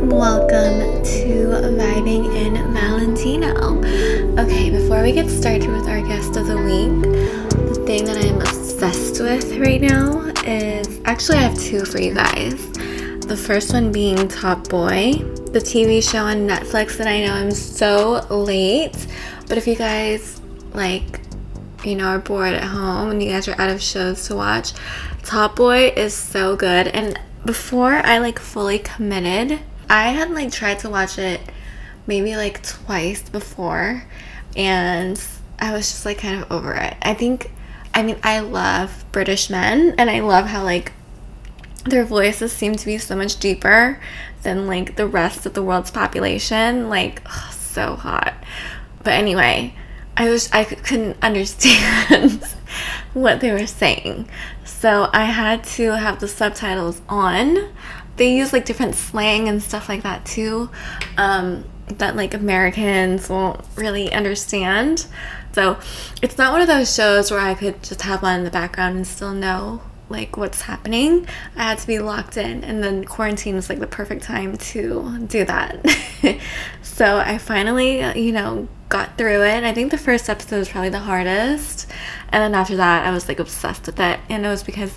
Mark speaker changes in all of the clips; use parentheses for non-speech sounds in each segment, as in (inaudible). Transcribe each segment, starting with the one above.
Speaker 1: welcome to Vibing in Valentino. Okay, before we get started with our guest of the week, the thing that I'm obsessed with right now is actually, I have two for you guys. The first one being Top Boy, the TV show on Netflix that I know I'm so late, but if you guys like, you know, are bored at home and you guys are out of shows to watch, Top Boy is so good. And before I like fully committed, I had like tried to watch it maybe like twice before and I was just like kind of over it. I think I mean I love British men and I love how like their voices seem to be so much deeper than like the rest of the world's population. Like ugh, so hot. But anyway, I was I c- couldn't (laughs) understand what they were saying. So I had to have the subtitles on. They use like different slang and stuff like that too, um, that like Americans won't really understand. So it's not one of those shows where I could just have on in the background and still know like what's happening. I had to be locked in, and then quarantine was like the perfect time to do that. (laughs) so I finally, you know, got through it. I think the first episode was probably the hardest, and then after that, I was like obsessed with it, and it was because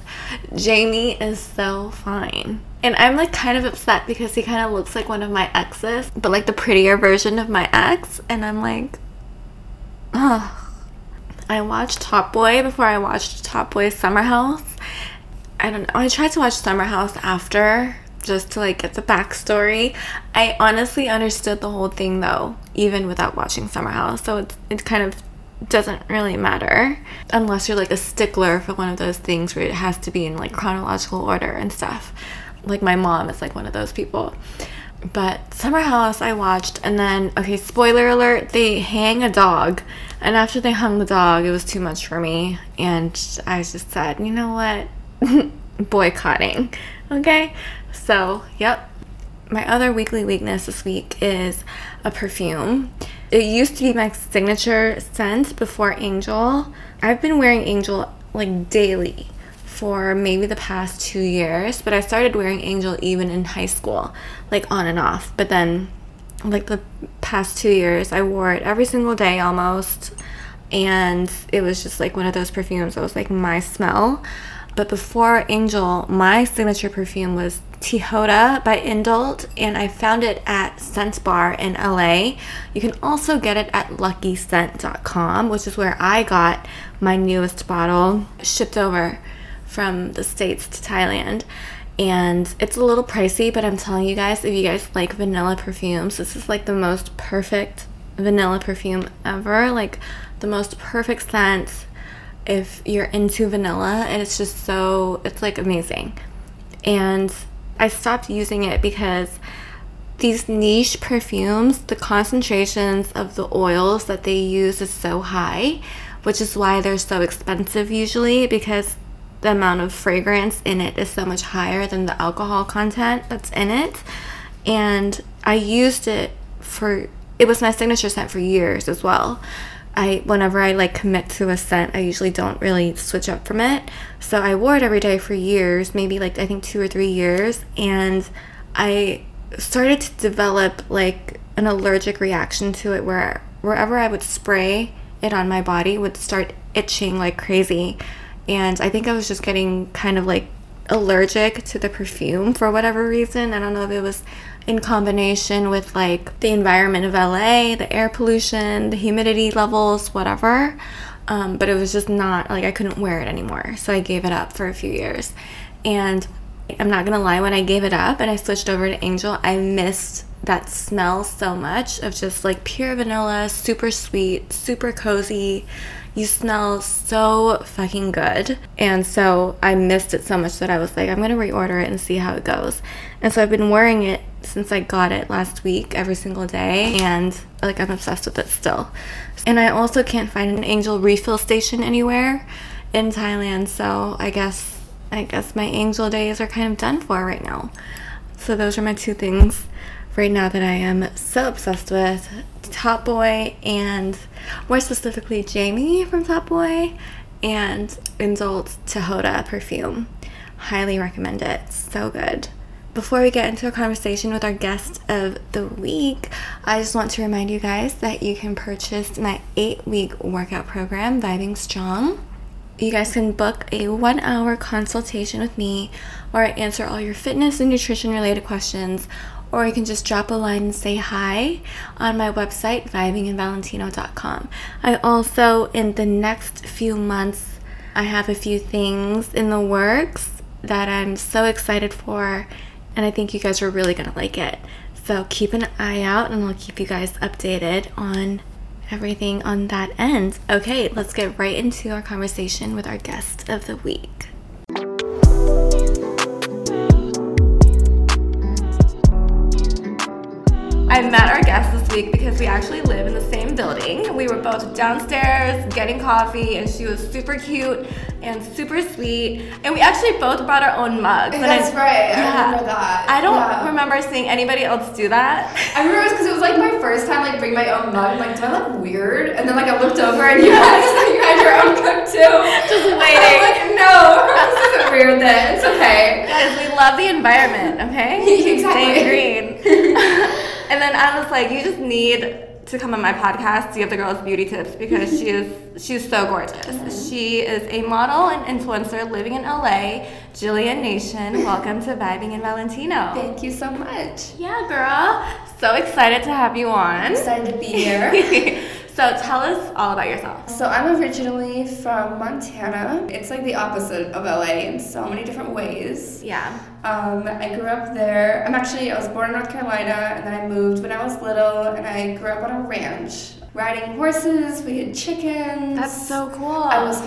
Speaker 1: Jamie is so fine. And I'm like kind of upset because he kind of looks like one of my exes, but like the prettier version of my ex, and I'm like, ugh. I watched Top Boy before I watched Top Boy Summer House. I don't know. I tried to watch Summer House after just to like get the backstory. I honestly understood the whole thing though, even without watching Summer House. So it's it kind of doesn't really matter unless you're like a stickler for one of those things where it has to be in like chronological order and stuff. Like my mom is like one of those people. But Summer House I watched and then okay, spoiler alert, they hang a dog. And after they hung the dog, it was too much for me and I just said, "You know what? (laughs) Boycotting." Okay? So, yep. My other weekly weakness this week is a perfume. It used to be my signature scent before Angel. I've been wearing Angel like daily for maybe the past two years, but I started wearing Angel even in high school, like on and off. But then, like the past two years, I wore it every single day almost, and it was just like one of those perfumes that was like my smell. But before Angel, my signature perfume was Tihoda by Indult, and I found it at Scent Bar in LA. You can also get it at luckyscent.com, which is where I got my newest bottle shipped over from the States to Thailand. And it's a little pricey, but I'm telling you guys, if you guys like vanilla perfumes, this is like the most perfect vanilla perfume ever. Like the most perfect scent if you're into vanilla, and it's just so, it's like amazing. And I stopped using it because these niche perfumes, the concentrations of the oils that they use is so high, which is why they're so expensive usually because the amount of fragrance in it is so much higher than the alcohol content that's in it. And I used it for it was my signature scent for years as well. I whenever I like commit to a scent, I usually don't really switch up from it. So I wore it every day for years, maybe like I think 2 or 3 years, and I started to develop like an allergic reaction to it where wherever I would spray it on my body would start itching like crazy and I think I was just getting kind of like allergic to the perfume for whatever reason. I don't know if it was in combination with like the environment of LA, the air pollution, the humidity levels, whatever. Um, but it was just not like I couldn't wear it anymore, so I gave it up for a few years. And I'm not gonna lie, when I gave it up and I switched over to Angel, I missed that smell so much of just like pure vanilla, super sweet, super cozy. You smell so fucking good. And so I missed it so much that I was like, I'm gonna reorder it and see how it goes. And so I've been wearing it since I got it last week every single day. And like, I'm obsessed with it still. And I also can't find an Angel refill station anywhere in Thailand. So I guess I guess my angel days are kind of done for right now. So those are my two things right now that I am so obsessed with Top Boy and more specifically Jamie from Top Boy and Indult Tehoda perfume. Highly recommend it. So good. before we get into a conversation with our guest of the week, I just want to remind you guys that you can purchase my eight week workout program, Vibing Strong. You guys can book a one hour consultation with me where I answer all your fitness and nutrition related questions, or you can just drop a line and say hi on my website, vibingandvalentino.com. I also, in the next few months, I have a few things in the works that I'm so excited for, and I think you guys are really gonna like it. So keep an eye out, and I'll keep you guys updated on everything on that end. Okay, let's get right into our conversation with our guest of the week. I met our guest this week because we actually live in the same building. We were both downstairs getting coffee, and she was super cute and super sweet. And we actually both brought our own mugs.
Speaker 2: That's
Speaker 1: and I,
Speaker 2: right. I
Speaker 1: Yeah.
Speaker 2: remember that.
Speaker 1: I don't
Speaker 2: Yeah.
Speaker 1: remember seeing anybody else do that.
Speaker 2: I remember it was because it was like my first time like bringing my own mug. I'm like, do I look weird? And then like I looked over and you guys like you had your own mug too.
Speaker 1: Just
Speaker 2: I'm like, no, this isn't weird then. It's okay.
Speaker 1: Guys, we love the environment, okay?
Speaker 2: (laughs) Exactly.
Speaker 1: Stay green.
Speaker 2: (laughs)
Speaker 1: (laughs) and then I was like, you just need to come on my podcast to give the girls beauty tips because she is she's so gorgeous. She is a model and influencer living in LA, Jillian Nation.
Speaker 2: (laughs)
Speaker 1: Welcome to Vibing in Valentino.
Speaker 2: Thank you so much.
Speaker 1: Yeah, girl. So excited to have you on.
Speaker 2: Excited to be here.
Speaker 1: (laughs) so tell us all about yourself.
Speaker 2: (laughs) So I'm originally from Montana. It's like the opposite of LA in so many different ways.
Speaker 1: Yeah.
Speaker 2: Um, I grew up there. I'm actually I was born in North Carolina, and then I moved when I was little, and I grew up on a ranch, riding horses. We had chickens.
Speaker 1: That's so cool.
Speaker 2: I was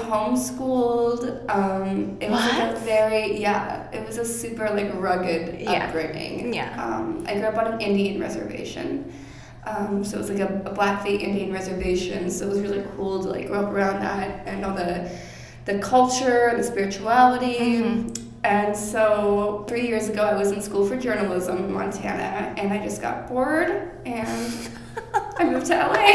Speaker 2: homeschooled. Um, it was like
Speaker 1: Oh. What?
Speaker 2: a very yeah. It was a super like rugged
Speaker 1: Yeah.
Speaker 2: upbringing.
Speaker 1: Yeah.
Speaker 2: Um, I grew up on an Indian reservation. Um, so it was like a, a Blackfeet Indian reservation. So it was really cool to like grow up around that and all the the culture and the spirituality.
Speaker 1: Mm-hmm.
Speaker 2: And so three years ago, I was in school for journalism in Montana, and I just got bored and I moved
Speaker 1: (laughs)
Speaker 2: to LA.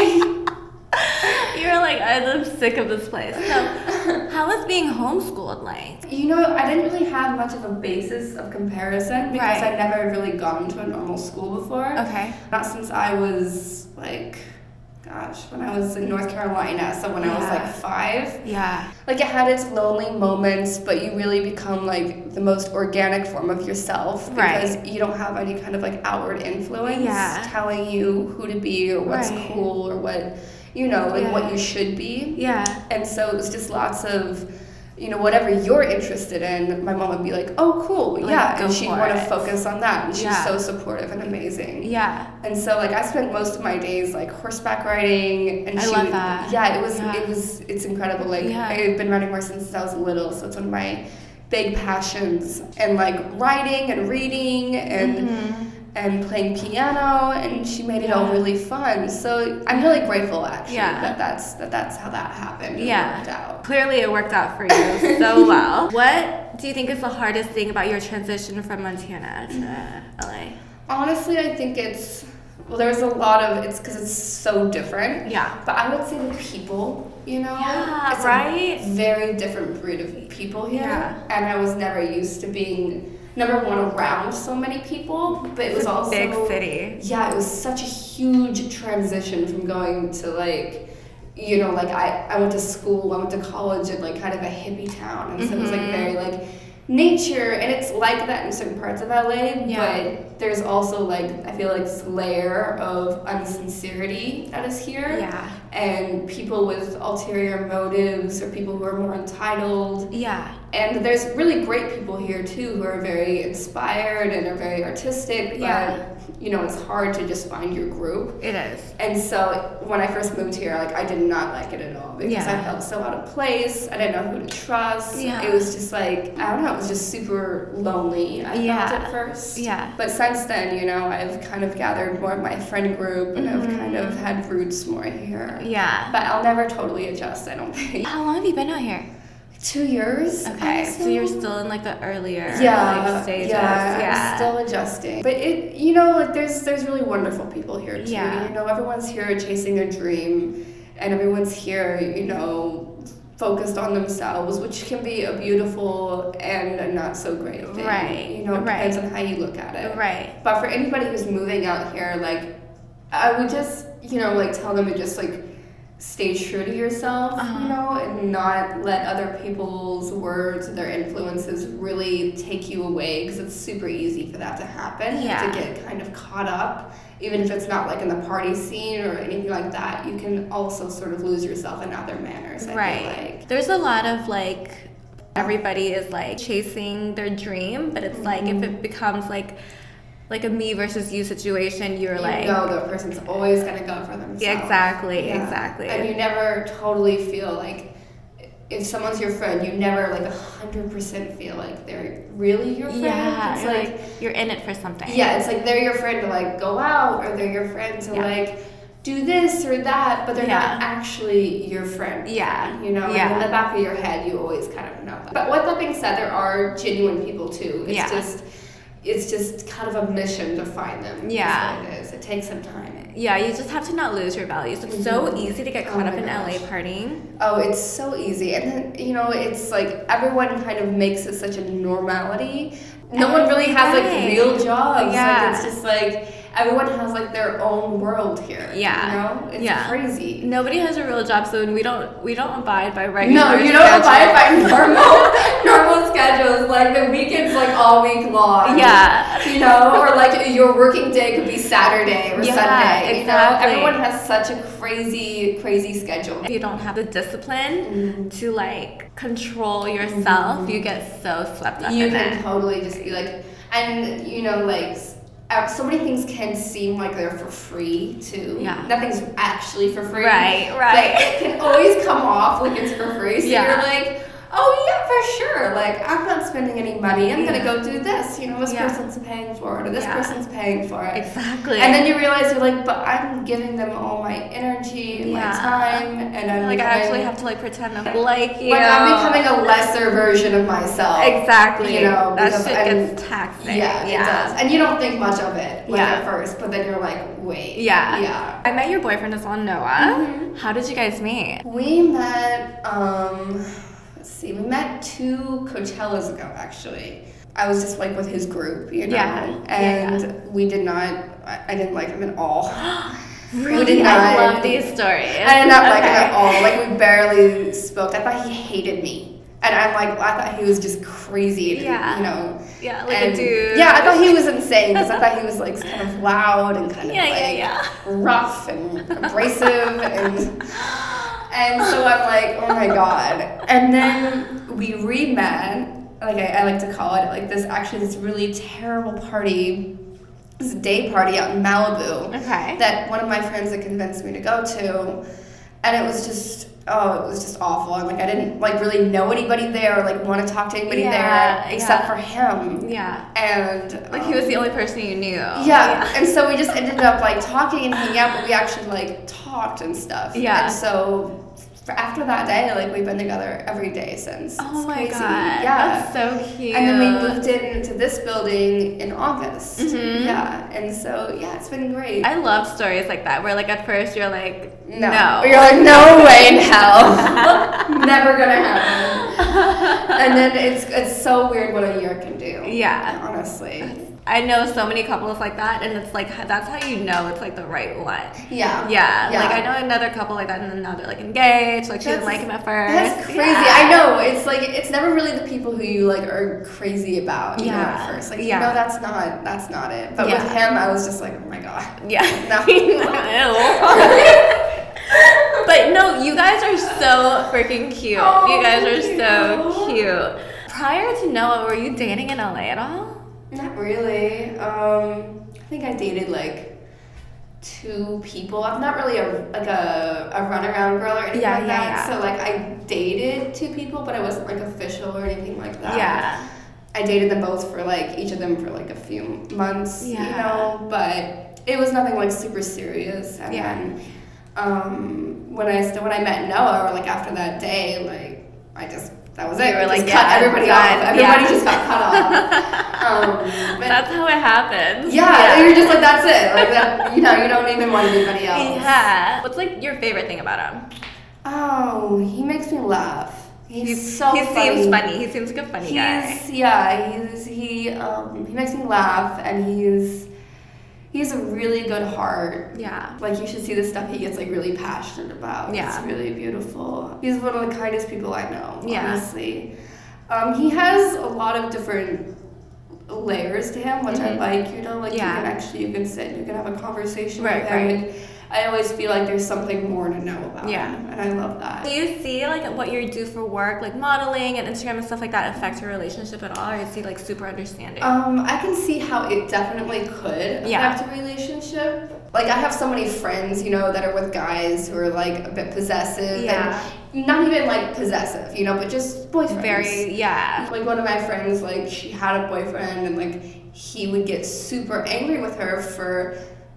Speaker 1: you were like, I'm sick of this place. So, how was being homeschooled like?
Speaker 2: You know, I didn't really have much of a basis of comparison because
Speaker 1: Right.
Speaker 2: I'd never really gone to a normal school before.
Speaker 1: Okay.
Speaker 2: Not since I was like, gosh, when I was in North Carolina, so when I was
Speaker 1: Yeah.
Speaker 2: like five.
Speaker 1: Yeah.
Speaker 2: Like it had its lonely moments, but you really become like the most organic form of yourself
Speaker 1: Right.
Speaker 2: because you don't have any kind of like outward influence
Speaker 1: Yeah.
Speaker 2: telling you who to be or what's
Speaker 1: Right.
Speaker 2: cool or what you know, like
Speaker 1: Yeah.
Speaker 2: what you should be.
Speaker 1: Yeah.
Speaker 2: And so it was just lots of, you know, whatever you're interested in, my mom would be like, oh, cool,
Speaker 1: Like,
Speaker 2: yeah.
Speaker 1: go
Speaker 2: And she'd
Speaker 1: for
Speaker 2: want to
Speaker 1: it.
Speaker 2: focus on that. And she's
Speaker 1: Yeah.
Speaker 2: so supportive and amazing.
Speaker 1: Yeah.
Speaker 2: And so, like, I spent most of my days like horseback riding, and
Speaker 1: I
Speaker 2: she
Speaker 1: love
Speaker 2: would-
Speaker 1: that.
Speaker 2: Yeah, it was,
Speaker 1: Yeah.
Speaker 2: it was, it's incredible. Like,
Speaker 1: Yeah.
Speaker 2: I've been riding horses since I was little, so it's one of my big passions. And like riding and reading and
Speaker 1: Mm-hmm.
Speaker 2: Mm-hmm. and playing piano, and she made it all
Speaker 1: Yeah.
Speaker 2: really fun. So I'm really grateful, actually,
Speaker 1: Yeah.
Speaker 2: that that's that that's how that happened. and
Speaker 1: Yeah.
Speaker 2: worked out.
Speaker 1: Clearly, it worked out for
Speaker 2: (laughs)
Speaker 1: you so well. What do you think is the hardest thing about your transition from Montana to LA?
Speaker 2: Honestly, I think it's well, there's a lot of it's because it's so different.
Speaker 1: Yeah.
Speaker 2: But I would say the people, you know,
Speaker 1: Yeah,
Speaker 2: it's
Speaker 1: right?
Speaker 2: A very different breed of people here,
Speaker 1: Yeah.
Speaker 2: and I was never used to being number one around so many people. But it was also
Speaker 1: Big city.
Speaker 2: yeah, it was such a huge transition from going to like, you know, like I, I went to school, I went to college in like kind of a hippie town. And so it was
Speaker 1: Mm-hmm.
Speaker 2: like very like nature. And it's like that in certain parts of LA,
Speaker 1: Yeah.
Speaker 2: but there's also like, I feel like this layer of unsincerity that is here.
Speaker 1: Yeah.
Speaker 2: And people with ulterior motives or people who are more entitled.
Speaker 1: Yeah.
Speaker 2: And there's really great people here too who are very inspired and are very artistic, but
Speaker 1: Yeah.
Speaker 2: you know, it's hard to just find your group.
Speaker 1: It is.
Speaker 2: And so when I first moved here, like I did not like it at all because
Speaker 1: Yeah.
Speaker 2: I felt so out of place. I didn't know who to trust.
Speaker 1: Yeah.
Speaker 2: It was just like I don't know, it was just super lonely. I
Speaker 1: Yeah.
Speaker 2: felt at first.
Speaker 1: Yeah.
Speaker 2: But since then, you know, I've kind of gathered more of my friend group and I've kind of had roots more here.
Speaker 1: Mm-hmm. Yeah.
Speaker 2: But I'll never totally adjust, I don't think.
Speaker 1: How long have you been out here?
Speaker 2: Two years.
Speaker 1: Okay, so
Speaker 2: honestly.
Speaker 1: you're still in like the earlier
Speaker 2: yeah,
Speaker 1: like, stages.
Speaker 2: Yeah,
Speaker 1: yeah.
Speaker 2: I'm still adjusting. But it, you know, like there's there's really wonderful people here too.
Speaker 1: Yeah.
Speaker 2: You know, everyone's here chasing their dream, and everyone's here, you know, focused on themselves, which can be a beautiful and a not so great thing.
Speaker 1: Right,
Speaker 2: You know, it
Speaker 1: right.
Speaker 2: depends on how you look at it.
Speaker 1: Right.
Speaker 2: But for anybody who's moving out here, like, I would just, you know, like tell them to just like stay true to yourself,
Speaker 1: Uh-huh.
Speaker 2: you know, and not let other people's words and their influences really take you away because it's super easy for that to happen.
Speaker 1: Yeah.
Speaker 2: To get kind of caught up, even if it's not like in the party scene or anything like that, you can also sort of lose yourself in other manners. I feel
Speaker 1: Right.
Speaker 2: like.
Speaker 1: There's a lot of like everybody is like chasing their dream, but it's like if
Speaker 2: Mm-hmm.
Speaker 1: it becomes like like a me versus you situation, you're like
Speaker 2: you know the person's always gonna go for themselves.
Speaker 1: Yeah, exactly,
Speaker 2: Yeah.
Speaker 1: exactly.
Speaker 2: And you never totally feel like if someone's your friend, you never like hundred percent feel like they're really your friend.
Speaker 1: yeah,
Speaker 2: it's
Speaker 1: you're
Speaker 2: like,
Speaker 1: like, you're in it for something.
Speaker 2: yeah, it's like they're your friend to like go out, or they're your friend to
Speaker 1: Yeah.
Speaker 2: like do this or that, but they're
Speaker 1: Yeah.
Speaker 2: not actually your friend.
Speaker 1: Yeah.
Speaker 2: You know,
Speaker 1: Yeah.
Speaker 2: and in the back of your head, you always kind of know that. But with that being said, there are genuine people too. It's
Speaker 1: Yeah.
Speaker 2: just, it's just kind of a mission to find them. is
Speaker 1: Yeah.
Speaker 2: what it is. It takes some time.
Speaker 1: Yeah, you just have to not lose your values. It's so easy to get
Speaker 2: Oh
Speaker 1: caught
Speaker 2: my
Speaker 1: up in
Speaker 2: gosh.
Speaker 1: LA partying.
Speaker 2: Oh, it's so easy. And then, you know, it's like everyone kind of makes it such a normality. No one really has like
Speaker 1: Right.
Speaker 2: real jobs.
Speaker 1: Yeah.
Speaker 2: Like, it's just like everyone has like their own world here.
Speaker 1: Yeah.
Speaker 2: You know? It's
Speaker 1: Yeah.
Speaker 2: crazy.
Speaker 1: Nobody has a real job, so when we don't we don't abide by regular.
Speaker 2: No, you don't
Speaker 1: schedules. (laughs)
Speaker 2: abide by (laughs) normal normal schedules. Like the weekend's like all week long.
Speaker 1: Yeah.
Speaker 2: You know, or like your working day could be Saturday or
Speaker 1: Yeah,
Speaker 2: Sunday. You know,
Speaker 1: exactly.
Speaker 2: everyone has such a crazy, crazy schedule.
Speaker 1: If you don't have the discipline to like control yourself, you get so swept up
Speaker 2: Mm-hmm. you
Speaker 1: in
Speaker 2: can
Speaker 1: it.
Speaker 2: totally just be like and you know like s- uh, so many things can seem like they're for free too
Speaker 1: Yeah.
Speaker 2: nothing's actually for free
Speaker 1: Right,
Speaker 2: like
Speaker 1: right.
Speaker 2: it can always come off like it's for free so
Speaker 1: Yeah.
Speaker 2: you're like oh yeah for sure like i'm not spending any money i'm gonna go do this you know this
Speaker 1: Yeah.
Speaker 2: person's paying for it or this
Speaker 1: Yeah.
Speaker 2: person's paying for it
Speaker 1: Exactly.
Speaker 2: and then you realize you're like but i'm giving them all my energy and
Speaker 1: Yeah.
Speaker 2: my time and i'm
Speaker 1: like I actually uh,
Speaker 2: becoming-
Speaker 1: have to like pretend I'm like you.
Speaker 2: like
Speaker 1: know,
Speaker 2: i'm becoming a lesser version of myself
Speaker 1: exactly.
Speaker 2: you know,
Speaker 1: that
Speaker 2: because
Speaker 1: shit
Speaker 2: I'm-
Speaker 1: gets taxing.
Speaker 2: Yeah, it does. And you don't think much of it like,
Speaker 1: Yeah.
Speaker 2: at first, but then you're like, wait.
Speaker 1: Yeah. Uh-huh.
Speaker 2: Yeah. Mm-hmm.
Speaker 1: I met your boyfriend is on Noah. How did you guys meet?
Speaker 2: We met, um, let's see, we met two Coachellas ago, actually. I was just like with his group, you know?
Speaker 1: Yeah, yeah,
Speaker 2: And we did not, I, I didn't like him at all.
Speaker 1: (gasps) Really,
Speaker 2: did
Speaker 1: I
Speaker 2: not.
Speaker 1: love these stories.
Speaker 2: I did not like him
Speaker 1: Okay.
Speaker 2: at all. Like, we barely spoke. I thought he hated me. And I'm like, I thought he was just crazy. and,
Speaker 1: Yeah.
Speaker 2: You know?
Speaker 1: Yeah, like
Speaker 2: And-
Speaker 1: a dude.
Speaker 2: Yeah, I thought he was insane because I thought he was like kind of loud and kind of
Speaker 1: Yeah,
Speaker 2: like
Speaker 1: yeah, yeah.
Speaker 2: rough and abrasive and and so I'm like, oh my god. And then we re met. Like I, I like to call it like this actually this really terrible party, this day party out in Malibu
Speaker 1: Okay.
Speaker 2: that one of my friends had convinced me to go to and it was just oh it was just awful and like i didn't like really know anybody there or like want to talk to anybody
Speaker 1: Yeah,
Speaker 2: there except
Speaker 1: yeah.
Speaker 2: for him
Speaker 1: yeah.
Speaker 2: and
Speaker 1: Like
Speaker 2: um,
Speaker 1: he was the only person you knew.
Speaker 2: yeah. and so we just ended up like talking and hanging out but we actually like talked and stuff
Speaker 1: Yeah.
Speaker 2: and so f- after that day like we've been together every day since
Speaker 1: Oh
Speaker 2: It's
Speaker 1: my
Speaker 2: crazy.
Speaker 1: god. That's
Speaker 2: yeah
Speaker 1: so cute.
Speaker 2: and then we moved into this building in august
Speaker 1: Mhm.
Speaker 2: yeah and so yeah it's been great
Speaker 1: I love stories like that where like at first you're like
Speaker 2: No.
Speaker 1: no.
Speaker 2: You're like,
Speaker 1: (laughs)
Speaker 2: no way in hell. Never gonna happen. And then it's it's so weird what a year can do.
Speaker 1: Yeah.
Speaker 2: Honestly.
Speaker 1: I know so many couples like that, and it's like that's how you know it's like the right one.
Speaker 2: Yeah.
Speaker 1: Yeah,
Speaker 2: Yeah.
Speaker 1: like I know another couple like that, and then now they're like engaged. Like she didn't like
Speaker 2: That's-
Speaker 1: him at first.
Speaker 2: That's crazy. I know. It's like it's never really the people who you like are crazy about. You know,
Speaker 1: Yeah.
Speaker 2: at first, like
Speaker 1: Yeah.
Speaker 2: you know, that's not that's not it. But with
Speaker 1: Yeah.
Speaker 2: him, I was just like, oh my god. (laughs)
Speaker 1: Yeah. (laughs)
Speaker 2: No.
Speaker 1: Ew. but no, you guys are so freaking cute.
Speaker 2: Oh,
Speaker 1: you guys are
Speaker 2: thank
Speaker 1: so
Speaker 2: you.
Speaker 1: cute. Prior to Noah, were you dating in LA at all?
Speaker 2: Not really. Um, I think I dated like two people. I'm not really a like a, a runaround girl or anything
Speaker 1: Yeah, yeah,
Speaker 2: like
Speaker 1: yeah.
Speaker 2: that. So like I dated two people, but I wasn't like official or anything like that.
Speaker 1: Yeah.
Speaker 2: I dated them both for like each of them for like a few months, you
Speaker 1: Yeah.
Speaker 2: know, but it was nothing like super serious. And
Speaker 1: Yeah.
Speaker 2: then um, when I st- when I met Noah, or like after that day, like I just that was it.
Speaker 1: You were
Speaker 2: Just
Speaker 1: like,
Speaker 2: cut
Speaker 1: yeah,
Speaker 2: everybody
Speaker 1: done.
Speaker 2: off. Everybody
Speaker 1: Yeah.
Speaker 2: just got cut
Speaker 1: (laughs)
Speaker 2: off. um, but
Speaker 1: That's how it happens.
Speaker 2: yeah, you're just like that's
Speaker 1: (laughs)
Speaker 2: it. Like that, you know, you don't even want anybody else.
Speaker 1: Yeah. What's like your favorite thing about him?
Speaker 2: Oh, he makes me laugh. He's,
Speaker 1: He's-
Speaker 2: so
Speaker 1: he
Speaker 2: funny.
Speaker 1: seems funny. He seems like a funny guy.
Speaker 2: He's yeah, he's he um, he makes me laugh and he's he's a really good heart.
Speaker 1: Yeah.
Speaker 2: Like you should see the stuff he gets like really passionate about.
Speaker 1: Yeah.
Speaker 2: It's really beautiful. He's one of the kindest people I know,
Speaker 1: Yeah.
Speaker 2: honestly. Um, he has a lot of different layers to him, which
Speaker 1: Mhm.
Speaker 2: I like, you know, like
Speaker 1: Yeah.
Speaker 2: you can actually you can sit, you can have a conversation
Speaker 1: Right,
Speaker 2: with him
Speaker 1: right.
Speaker 2: and I always feel like there's something more to know about
Speaker 1: Yeah.
Speaker 2: him. And I love that.
Speaker 1: Do you see like what you do for work, like modeling and Instagram and stuff like that, affect your relationship at all, or is he like super understanding?
Speaker 2: Um, I can see how it definitely could
Speaker 1: Yeah.
Speaker 2: affect a relationship. Like I have so many friends, you know, that are with guys who are like a bit possessive.
Speaker 1: Yeah.
Speaker 2: And not even like possessive, you know, but just boyfriends.
Speaker 1: Very, yeah,
Speaker 2: Like one of my friends, like she had a boyfriend, and like he would get super angry with her for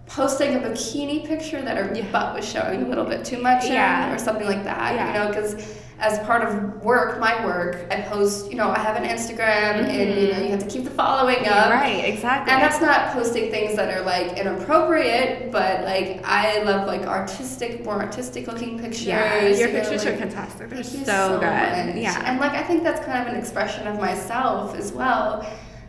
Speaker 2: posting a bikini picture that her
Speaker 1: Yeah.
Speaker 2: butt was showing a little bit too much, in
Speaker 1: Yeah.
Speaker 2: or something like that.
Speaker 1: Yeah.
Speaker 2: You know, because as part of work, my work, I post. You know, I have an Instagram, and you know, you have to keep the following up.
Speaker 1: Mm-hmm. right, exactly.
Speaker 2: And that's not posting things that are like inappropriate, but like I love like artistic, more artistic looking pictures.
Speaker 1: yeah, your
Speaker 2: you know,
Speaker 1: pictures
Speaker 2: like-
Speaker 1: are fantastic. They're
Speaker 2: Thank
Speaker 1: so,
Speaker 2: you
Speaker 1: good.
Speaker 2: much.
Speaker 1: Yeah,
Speaker 2: And like I think that's kind of an expression of myself as well.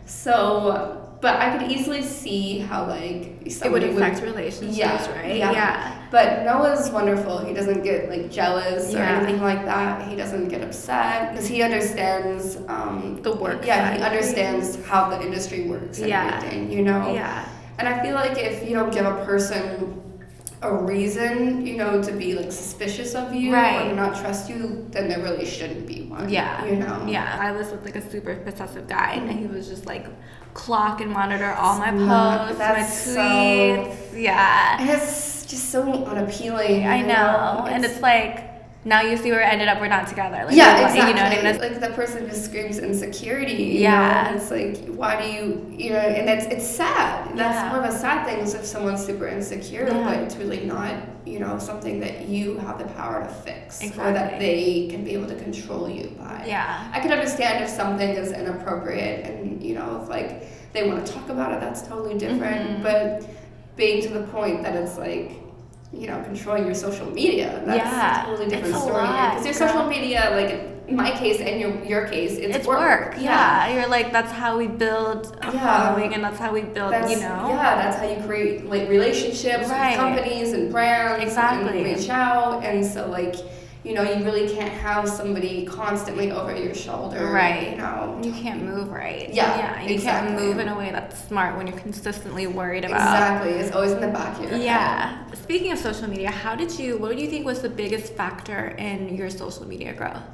Speaker 2: So but I could easily see how like
Speaker 1: it would
Speaker 2: somebody
Speaker 1: affect relationships,
Speaker 2: Yeah,
Speaker 1: right?
Speaker 2: yeah.
Speaker 1: yeah,
Speaker 2: But Noah's wonderful. He doesn't get like jealous
Speaker 1: Yeah.
Speaker 2: or anything like that. He doesn't get upset because he understands um
Speaker 1: The work
Speaker 2: Yeah, he
Speaker 1: side.
Speaker 2: understands how the industry works and
Speaker 1: Yeah.
Speaker 2: everything, you know.
Speaker 1: yeah.
Speaker 2: And I feel like if you don't give a person a reason, you know, to be like suspicious of you
Speaker 1: Right.
Speaker 2: or not trust you, then there really shouldn't be one.
Speaker 1: Yeah.
Speaker 2: You know?
Speaker 1: Yeah. I was with like a super possessive guy and he was just like clock and monitor all my
Speaker 2: Snuck.
Speaker 1: posts,
Speaker 2: That's so-
Speaker 1: my tweets. Yeah.
Speaker 2: And it's just so unappealing.
Speaker 1: I
Speaker 2: you
Speaker 1: know. And it's like now you see where it ended up, we're not together. Like
Speaker 2: yeah,
Speaker 1: why-
Speaker 2: exactly.
Speaker 1: you know what I mean? That's-
Speaker 2: Like the person just screams insecurity. you
Speaker 1: Yeah.
Speaker 2: know? It's like, why do you, you know, and it's it's sad. That's
Speaker 1: Yeah.
Speaker 2: one of the sad things if someone's super insecure,
Speaker 1: Yeah.
Speaker 2: but it's really not, you know, something that you have the power to fix or
Speaker 1: Exactly.
Speaker 2: that they can be able to control you by.
Speaker 1: Yeah.
Speaker 2: I can understand if something is inappropriate and you know if like they want to talk about it, that's totally different.
Speaker 1: Mhm.
Speaker 2: But being to the point that it's like you know controlling your social media, that's
Speaker 1: Yeah,
Speaker 2: a totally different
Speaker 1: it's a
Speaker 2: story.
Speaker 1: lot,
Speaker 2: Because your
Speaker 1: girl.
Speaker 2: social media, like in my case and your your case, it's,
Speaker 1: It's work.
Speaker 2: Yeah.
Speaker 1: Yeah. You're like, that's how we build a
Speaker 2: Yeah.
Speaker 1: following and that's how we build,
Speaker 2: That's,
Speaker 1: you know?
Speaker 2: yeah, that's how you create like relationships
Speaker 1: Right.
Speaker 2: with companies and brands
Speaker 1: Exactly.
Speaker 2: and reach out and so like you know you really can't have somebody constantly over your shoulder
Speaker 1: Right.
Speaker 2: you know
Speaker 1: You can't move right.
Speaker 2: Yeah,
Speaker 1: Yeah. You
Speaker 2: exactly.
Speaker 1: can't move in a way that's smart when you're consistently worried about
Speaker 2: Exactly. It's always in the back of your head.
Speaker 1: Yeah. Speaking of social media, how did you, what do you think was the biggest factor in your social media growth?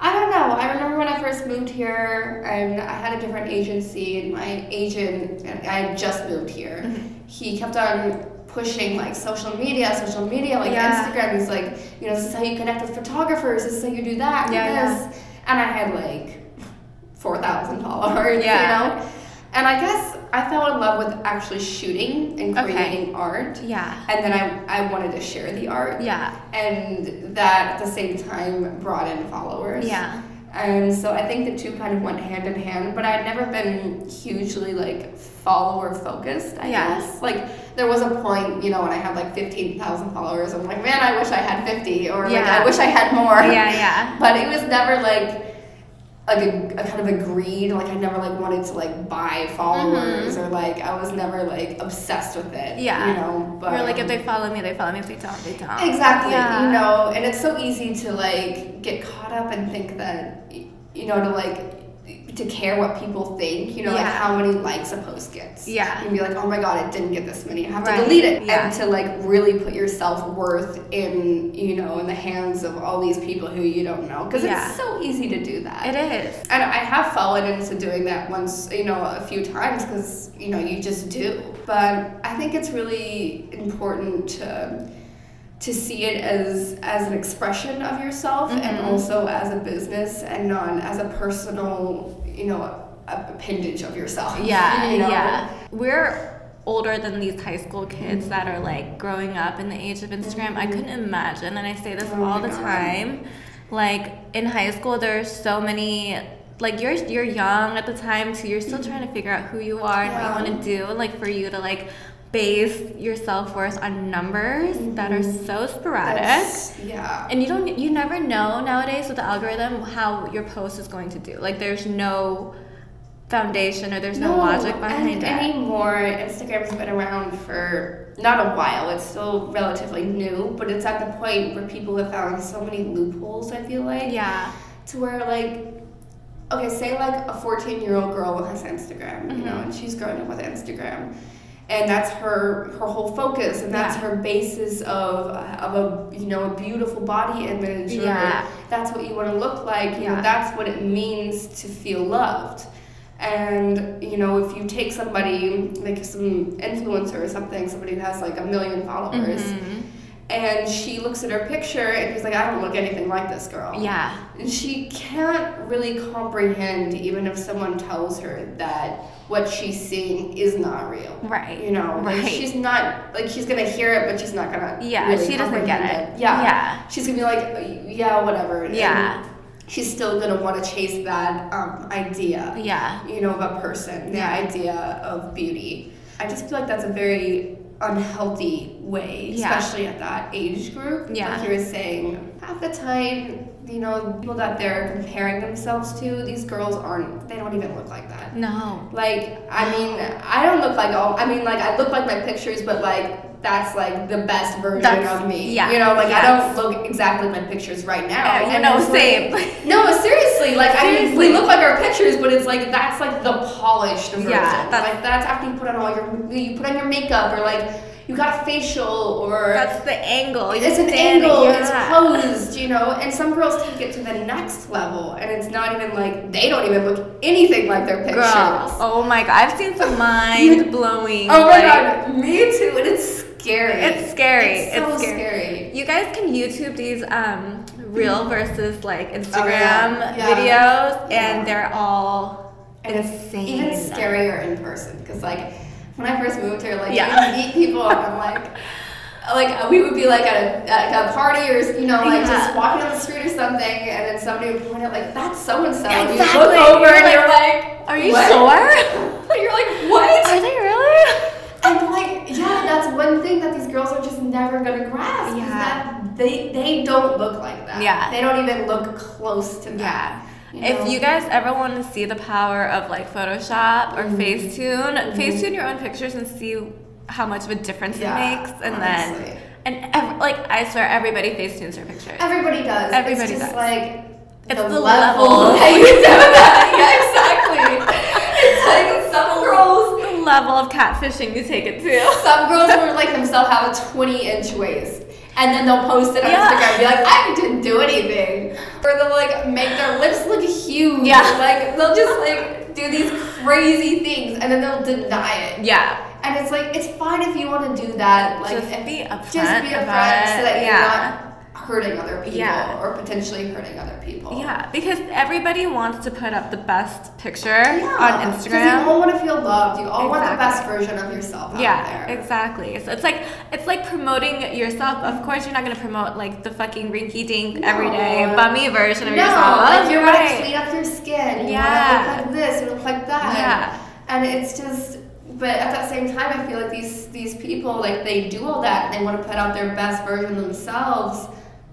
Speaker 2: I don't know. I remember when I first moved here, and I had a different agency, and my agent, and I had just moved here,
Speaker 1: Mm-hmm.
Speaker 2: he kept on pushing like social media, social media, like
Speaker 1: Yeah.
Speaker 2: Instagram. He's like, you know, this is how you connect with photographers. This is how you do that.
Speaker 1: Yeah, yeah.
Speaker 2: and this. And I had like four thousand dollars.
Speaker 1: Yeah.
Speaker 2: You know. And I guess I fell in love with actually shooting and
Speaker 1: Okay.
Speaker 2: creating art.
Speaker 1: Yeah.
Speaker 2: And then I, I wanted to share the art.
Speaker 1: Yeah.
Speaker 2: and that at the same time brought in followers.
Speaker 1: Yeah.
Speaker 2: And so I think the two kind of went hand in hand, but I'd never been hugely like follower focused, I
Speaker 1: Yeah.
Speaker 2: guess. Like there was a point, you know, when I had like 15,000 followers, I'm like, man, I wish I had 50 or like
Speaker 1: Yeah.
Speaker 2: I wish I had more.
Speaker 1: Yeah. Yeah.
Speaker 2: (laughs) But it was never like like a, a kind of agreed, like I never like wanted to like
Speaker 1: Mm-hmm.
Speaker 2: buy followers or like I was never like obsessed with it.
Speaker 1: Yeah.
Speaker 2: You know, but
Speaker 1: Or like if they follow me, they follow me. If they don't, they don't.
Speaker 2: Exactly.
Speaker 1: Yeah.
Speaker 2: You know, and it's so easy to like get caught up and think that y- you know to like to care what people think. You know, like
Speaker 1: Yeah.
Speaker 2: how many likes a post gets.
Speaker 1: Yeah.
Speaker 2: And be like, oh my god, it didn't get this many. I have
Speaker 1: Right.
Speaker 2: to delete it.
Speaker 1: Yeah.
Speaker 2: And to like really put your self worth in you know in the hands of all these people who you don't know because
Speaker 1: Yeah.
Speaker 2: it's so easy to do that.
Speaker 1: It is.
Speaker 2: And I have fallen into doing that once, you know, a few times because, you know, you just do. But I think it's really important to to see it as as an expression of yourself and
Speaker 1: Mm-hmm.
Speaker 2: also as a business and not as a personal, you know, a- appendage of yourself.
Speaker 1: Yeah.
Speaker 2: (laughs) you know?
Speaker 1: Yeah. We're older than these high school kids that are like growing up in the age of Instagram. I couldn't imagine. And I say this
Speaker 2: Oh
Speaker 1: all
Speaker 2: my
Speaker 1: the
Speaker 2: God.
Speaker 1: time. Like in high school, there are so many. Like you're you're young at the time, so you're still trying to figure out who you are and what you
Speaker 2: Yeah.
Speaker 1: want to do. And like for you to like base your self worth on numbers that are
Speaker 2: Mm-hmm.
Speaker 1: so sporadic.
Speaker 2: That's- yeah.
Speaker 1: and you don't you never know nowadays with the algorithm how your post is going to do. Like there's no foundation or there's no, logic behind
Speaker 2: and
Speaker 1: it.
Speaker 2: anymore. Instagram's been around for not a while. It's still relatively new, but it's at the point where people have found so many loopholes. I feel like
Speaker 1: yeah.
Speaker 2: to where like. Okay, say like a 14 year old girl has Instagram, you
Speaker 1: Mm-hmm.
Speaker 2: know, and she's growing up with Instagram. And that's her her whole focus, and that's
Speaker 1: Yeah.
Speaker 2: her basis of of a you know a beautiful body image. or
Speaker 1: Yeah.
Speaker 2: that's what you want to look like. You
Speaker 1: Yeah.
Speaker 2: know, that's what it means to feel loved. And you know, if you take somebody like some influencer or something, somebody who has like a million followers,
Speaker 1: Mhm.
Speaker 2: and she looks at her picture and she's like, I don't look anything like this girl.
Speaker 1: Yeah.
Speaker 2: And she can't really comprehend, even if someone tells her that what she's seeing is not real.
Speaker 1: Right.
Speaker 2: You know, like,
Speaker 1: Right.
Speaker 2: she's not like she's gonna hear it, but she's not gonna.
Speaker 1: yeah,
Speaker 2: really
Speaker 1: she doesn't get
Speaker 2: comprehend
Speaker 1: it.
Speaker 2: Yeah
Speaker 1: Yeah.
Speaker 2: she's gonna be like, yeah, whatever. and
Speaker 1: Yeah.
Speaker 2: she's still gonna want to chase that um, idea,
Speaker 1: Yeah.
Speaker 2: you know, of a person, the
Speaker 1: Yeah.
Speaker 2: idea of beauty. I just feel like that's a very unhealthy way,
Speaker 1: Yeah.
Speaker 2: especially at that age group.
Speaker 1: Yeah.
Speaker 2: Like you were saying, half the time, you know, people that they're comparing themselves to, these girls aren't. They don't even look like that.
Speaker 1: No.
Speaker 2: Like, I mean, I don't look like all. I mean, like, I look like my pictures, but like, that's like the best version
Speaker 1: That's-
Speaker 2: of me.
Speaker 1: yeah,
Speaker 2: You know, like
Speaker 1: yes.
Speaker 2: I don't look exactly like my pictures right now.
Speaker 1: Uh, you
Speaker 2: Oh, And
Speaker 1: know,
Speaker 2: it's like-
Speaker 1: same. (laughs)
Speaker 2: no, seriously. Like, I mean, we
Speaker 1: Seriously.
Speaker 2: look like our pictures, but it's like that's like the polished version.
Speaker 1: Yeah, that's-
Speaker 2: like that's after you put on all your you put on your makeup or like you got a facial or
Speaker 1: That's the angle. You're
Speaker 2: it's an
Speaker 1: standing-
Speaker 2: angle,
Speaker 1: yeah.
Speaker 2: it's posed, you know. And some girls take it to the next level, and it's not even like they don't even look anything like their pictures.
Speaker 1: Girl, oh my god, I've seen
Speaker 2: (laughs)
Speaker 1: some mind blowing.
Speaker 2: Oh my god, me too, and it's scary.
Speaker 1: It's scary.
Speaker 2: It's so
Speaker 1: It's scary.
Speaker 2: scary.
Speaker 1: You guys can YouTube these um, real
Speaker 2: (laughs)
Speaker 1: versus like Instagram
Speaker 2: Oh, Yeah.
Speaker 1: videos,
Speaker 2: Yeah.
Speaker 1: and they're all
Speaker 2: And it's
Speaker 1: insane.
Speaker 2: even scarier in person because like when I first moved here, like
Speaker 1: Yeah.
Speaker 2: you meet people and I'm
Speaker 1: (laughs)
Speaker 2: like. Like we would be like at a, at a party or you know like
Speaker 1: Yeah.
Speaker 2: just walking on the street or something and then somebody would point out like that's so and so you
Speaker 1: Exactly.
Speaker 2: look over
Speaker 1: You're
Speaker 2: and
Speaker 1: like,
Speaker 2: you're like
Speaker 1: Are you
Speaker 2: what?
Speaker 1: (laughs) sure?
Speaker 2: you're like what
Speaker 1: Are they really?
Speaker 2: and like yeah that's one thing that these girls are just never gonna grasp is
Speaker 1: Yeah.
Speaker 2: that they they don't look like that
Speaker 1: Yeah.
Speaker 2: they don't even look close to that
Speaker 1: Yeah.
Speaker 2: You
Speaker 1: If
Speaker 2: know?
Speaker 1: you guys ever want to see the power of like Photoshop or
Speaker 2: Mm-hmm.
Speaker 1: Facetune, Facetune your own pictures and see how much of a difference
Speaker 2: Yeah,
Speaker 1: it makes, and
Speaker 2: honestly.
Speaker 1: then and ev- like I swear everybody Facetunes their pictures.
Speaker 2: Everybody does.
Speaker 1: Everybody
Speaker 2: it's just
Speaker 1: does.
Speaker 2: like
Speaker 1: It's the level.
Speaker 2: that
Speaker 1: (laughs)
Speaker 2: you do that. Yeah, exactly. (laughs) it's like some girls.
Speaker 1: The level of catfishing you take it
Speaker 2: (laughs)
Speaker 1: to.
Speaker 2: Some girls will like themselves have a 20 inch waist. And then they'll post it on
Speaker 1: Yeah.
Speaker 2: Instagram and be like, I didn't do anything. Or they'll like make their lips look huge.
Speaker 1: Yeah.
Speaker 2: Like they'll just like do these crazy things and then they'll deny it.
Speaker 1: Yeah,
Speaker 2: And it's like, it's fine if you want to do that. Like
Speaker 1: just be upfront
Speaker 2: just be
Speaker 1: about it.
Speaker 2: a friend so that
Speaker 1: yeah.
Speaker 2: you're not hurting other people
Speaker 1: Yeah.
Speaker 2: or potentially hurting other people.
Speaker 1: yeah, because everybody wants to put up the best picture
Speaker 2: Yeah,
Speaker 1: on
Speaker 2: 'cause
Speaker 1: Instagram.
Speaker 2: You all want to feel loved. You all want the best
Speaker 1: Exactly.
Speaker 2: version of yourself out
Speaker 1: yeah
Speaker 2: there.
Speaker 1: exactly so it's like it's like promoting yourself of course you're not going to promote like the fucking rinky dink everyday
Speaker 2: No.
Speaker 1: bummy version of
Speaker 2: No,
Speaker 1: yourself
Speaker 2: like you want to
Speaker 1: Right.
Speaker 2: clean up your skin. You
Speaker 1: Yeah.
Speaker 2: want to look like this. You look like that.
Speaker 1: Yeah.
Speaker 2: And it's just, but at that same time, I feel like these these people like they do all that and they want to put out their best version themselves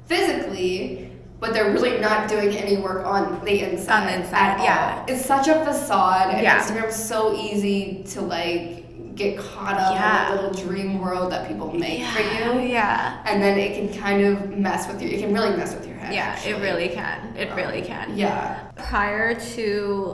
Speaker 2: physically. But they're really not doing any work on the inside.
Speaker 1: On the inside,
Speaker 2: at all.
Speaker 1: yeah.
Speaker 2: It's such a facade, and
Speaker 1: Yeah.
Speaker 2: Instagram's so easy to like get caught up
Speaker 1: Yeah.
Speaker 2: in the little dream world that people make
Speaker 1: yeah.
Speaker 2: for you.
Speaker 1: yeah
Speaker 2: and then it can kind of mess with you. It can really mess with your head.
Speaker 1: yeah
Speaker 2: actually.
Speaker 1: it really can it really can
Speaker 2: Yeah.
Speaker 1: prior to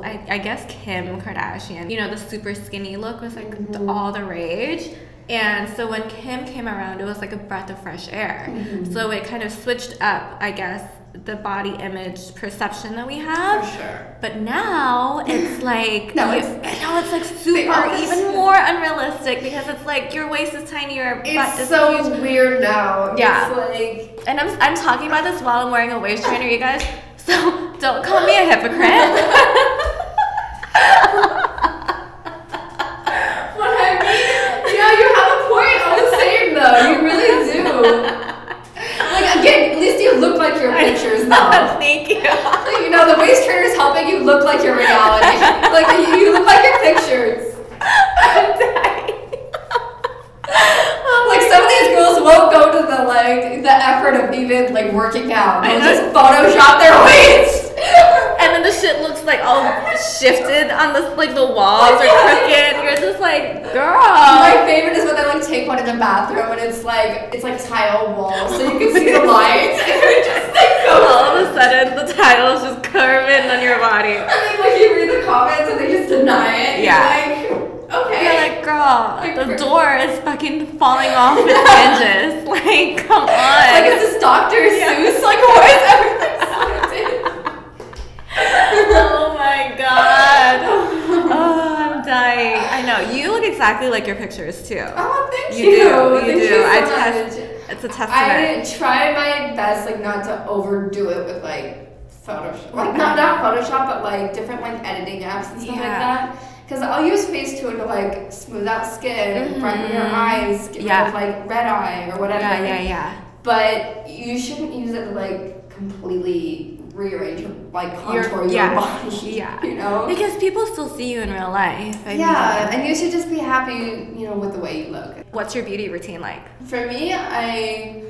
Speaker 1: I, I guess kim kardashian you know the super skinny look was like
Speaker 2: Mm-hmm.
Speaker 1: th- all the rage and so when kim came around it was like a breath of fresh air
Speaker 2: Mm-hmm.
Speaker 1: so it kind of switched up i guess the body image perception that we have
Speaker 2: For sure.
Speaker 1: But now
Speaker 2: (laughs)
Speaker 1: it's like
Speaker 2: No,
Speaker 1: you-
Speaker 2: it's-
Speaker 1: (laughs) now it's like super
Speaker 2: are
Speaker 1: even more unrealistic because it's like your waist is tiny, your butt
Speaker 2: It's
Speaker 1: is
Speaker 2: so
Speaker 1: huge.
Speaker 2: weird now.
Speaker 1: Yeah.
Speaker 2: It's like
Speaker 1: And I'm I'm talking about this while I'm wearing a waist trainer, you guys. So don't call me a hypocrite.
Speaker 2: (laughs) what I mean. Yeah, you have a point on the same though. You really do. like again, at least you look like your pictures now.
Speaker 1: (laughs) Thank you.
Speaker 2: you know, the waist trainer is helping you look like your reality. like you, you look like your pictures.
Speaker 1: I'm dying. Oh
Speaker 2: like the effort of even like working out.
Speaker 1: I
Speaker 2: They'll
Speaker 1: know.
Speaker 2: just Photoshop their weights.
Speaker 1: And then the shit looks like all shifted on the like the walls are
Speaker 2: Yeah.
Speaker 1: crooked. You're just like, girl.
Speaker 2: My favorite is when they like take one in the bathroom and it's like it's like tile wall, so you
Speaker 1: (laughs)
Speaker 2: can see the lines. And (laughs) it just like goes
Speaker 1: all of a sudden, the title's just curving on your body.
Speaker 2: And then like you read the comments and they just deny it.
Speaker 1: Yeah.
Speaker 2: You're like, okay.
Speaker 1: You're like, girl,
Speaker 2: Like,
Speaker 1: the
Speaker 2: for-
Speaker 1: door is fucking falling off its hinges. (laughs) Like, come on.
Speaker 2: Like, is this
Speaker 1: (laughs)
Speaker 2: Dr. Seuss? Like, why is everything slanted?
Speaker 1: oh my god. Oh, I'm dying. I know. You look exactly like your pictures too.
Speaker 2: Oh, thank
Speaker 1: You
Speaker 2: you.
Speaker 1: do, you
Speaker 2: Thank
Speaker 1: do.
Speaker 2: so
Speaker 1: I
Speaker 2: much.
Speaker 1: test- It's a testament.
Speaker 2: I try my best, like, not to overdo it with, like, Photoshop. Like, not, not Photoshop, but, like, different, like, editing apps and stuff like
Speaker 1: Yeah.
Speaker 2: that. Because I'll use Facetune to, like, smooth out skin, brighten your
Speaker 1: Mhm.
Speaker 2: eyes, get
Speaker 1: Yeah.
Speaker 2: rid of, like, red eye or whatever.
Speaker 1: yeah, yeah, yeah.
Speaker 2: But you shouldn't use it to like completely rearrange your like
Speaker 1: Your-
Speaker 2: contour your,
Speaker 1: yeah,
Speaker 2: body. (laughs)
Speaker 1: yeah.
Speaker 2: You know?
Speaker 1: Because people still see you in real life. I mean,
Speaker 2: yeah, and you should just be happy, you know, with the way you look.
Speaker 1: What's your beauty routine like?
Speaker 2: For me, I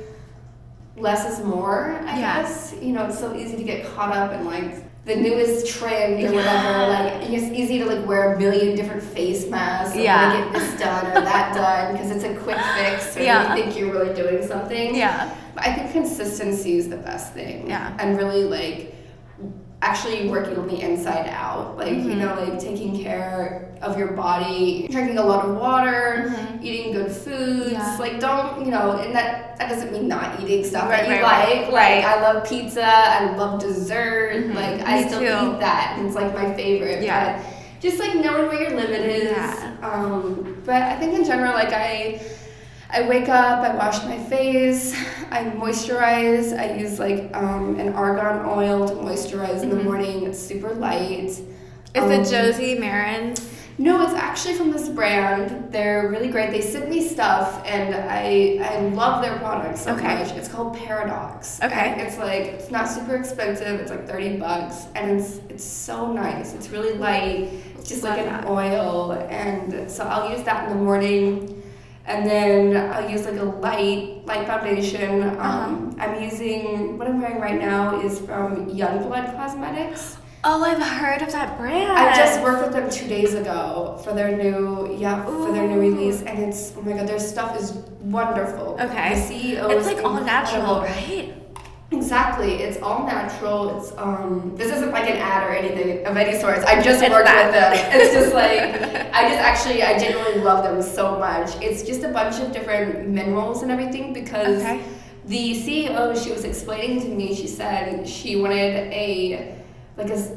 Speaker 2: less is more, I
Speaker 1: Yeah.
Speaker 2: guess. You know, it's so easy to get caught up in like the newest trend or whatever. Like it's easy to like wear a million different face masks. Or
Speaker 1: Yeah.
Speaker 2: wanna Get this done or that done because it's a quick fix
Speaker 1: (laughs)
Speaker 2: or
Speaker 1: Yeah.
Speaker 2: you think you're really doing something.
Speaker 1: Yeah.
Speaker 2: I think consistency is the best thing.
Speaker 1: Yeah.
Speaker 2: And really like actually working on the inside out. Like,
Speaker 1: Mm-hmm.
Speaker 2: you know, like taking care of your body, drinking a lot of water, eating good foods.
Speaker 1: Mm-hmm. Yeah.
Speaker 2: Like don't, you know, and that that doesn't mean not eating stuff
Speaker 1: Right,
Speaker 2: that
Speaker 1: right,
Speaker 2: you
Speaker 1: right,
Speaker 2: like.
Speaker 1: right.
Speaker 2: Like I love pizza, I love dessert,
Speaker 1: Mhm.
Speaker 2: like I
Speaker 1: Me
Speaker 2: still
Speaker 1: too.
Speaker 2: eat that. and It's like my favorite.
Speaker 1: Yeah.
Speaker 2: But just like knowing where your limit is.
Speaker 1: Yeah.
Speaker 2: Um, but I think in general, like I I wake up, I wash my face, I moisturize. I use like um, an argan oil to moisturize in the morning. It's super light. Um, Is
Speaker 1: Mm-hmm. Is it Josie Marin's?
Speaker 2: No, it's actually from this brand. They're really great. They sent me stuff, and I I love their products so
Speaker 1: Okay.
Speaker 2: much. It's called Paradox.
Speaker 1: Okay.
Speaker 2: And it's like it's not super expensive. It's like thirty bucks, and it's it's so nice. It's really light. It's just like
Speaker 1: Love
Speaker 2: an
Speaker 1: that.
Speaker 2: oil, and so I'll use that in the morning, and then I'll use like a light light foundation.
Speaker 1: Uh-huh.
Speaker 2: Um, I'm using what I'm wearing right now is from Youngblood Cosmetics.
Speaker 1: Oh, I've heard of that brand.
Speaker 2: I just worked with them two days ago for their new yeah for their new
Speaker 1: Ooh.
Speaker 2: release, and it's oh my god, their stuff is wonderful.
Speaker 1: Okay.
Speaker 2: the CEO.
Speaker 1: It's
Speaker 2: is
Speaker 1: like all natural,
Speaker 2: incredible.
Speaker 1: right?
Speaker 2: Exactly, it's all natural. It's um, this isn't like an ad or anything of any sorts. I just
Speaker 1: It's
Speaker 2: worked
Speaker 1: that.
Speaker 2: with them.
Speaker 1: (laughs)
Speaker 2: It's just like I just actually I genuinely love them so much. It's just a bunch of different minerals and everything because.
Speaker 1: Okay.
Speaker 2: The CEO, she was explaining to me, she said she wanted a like a, s-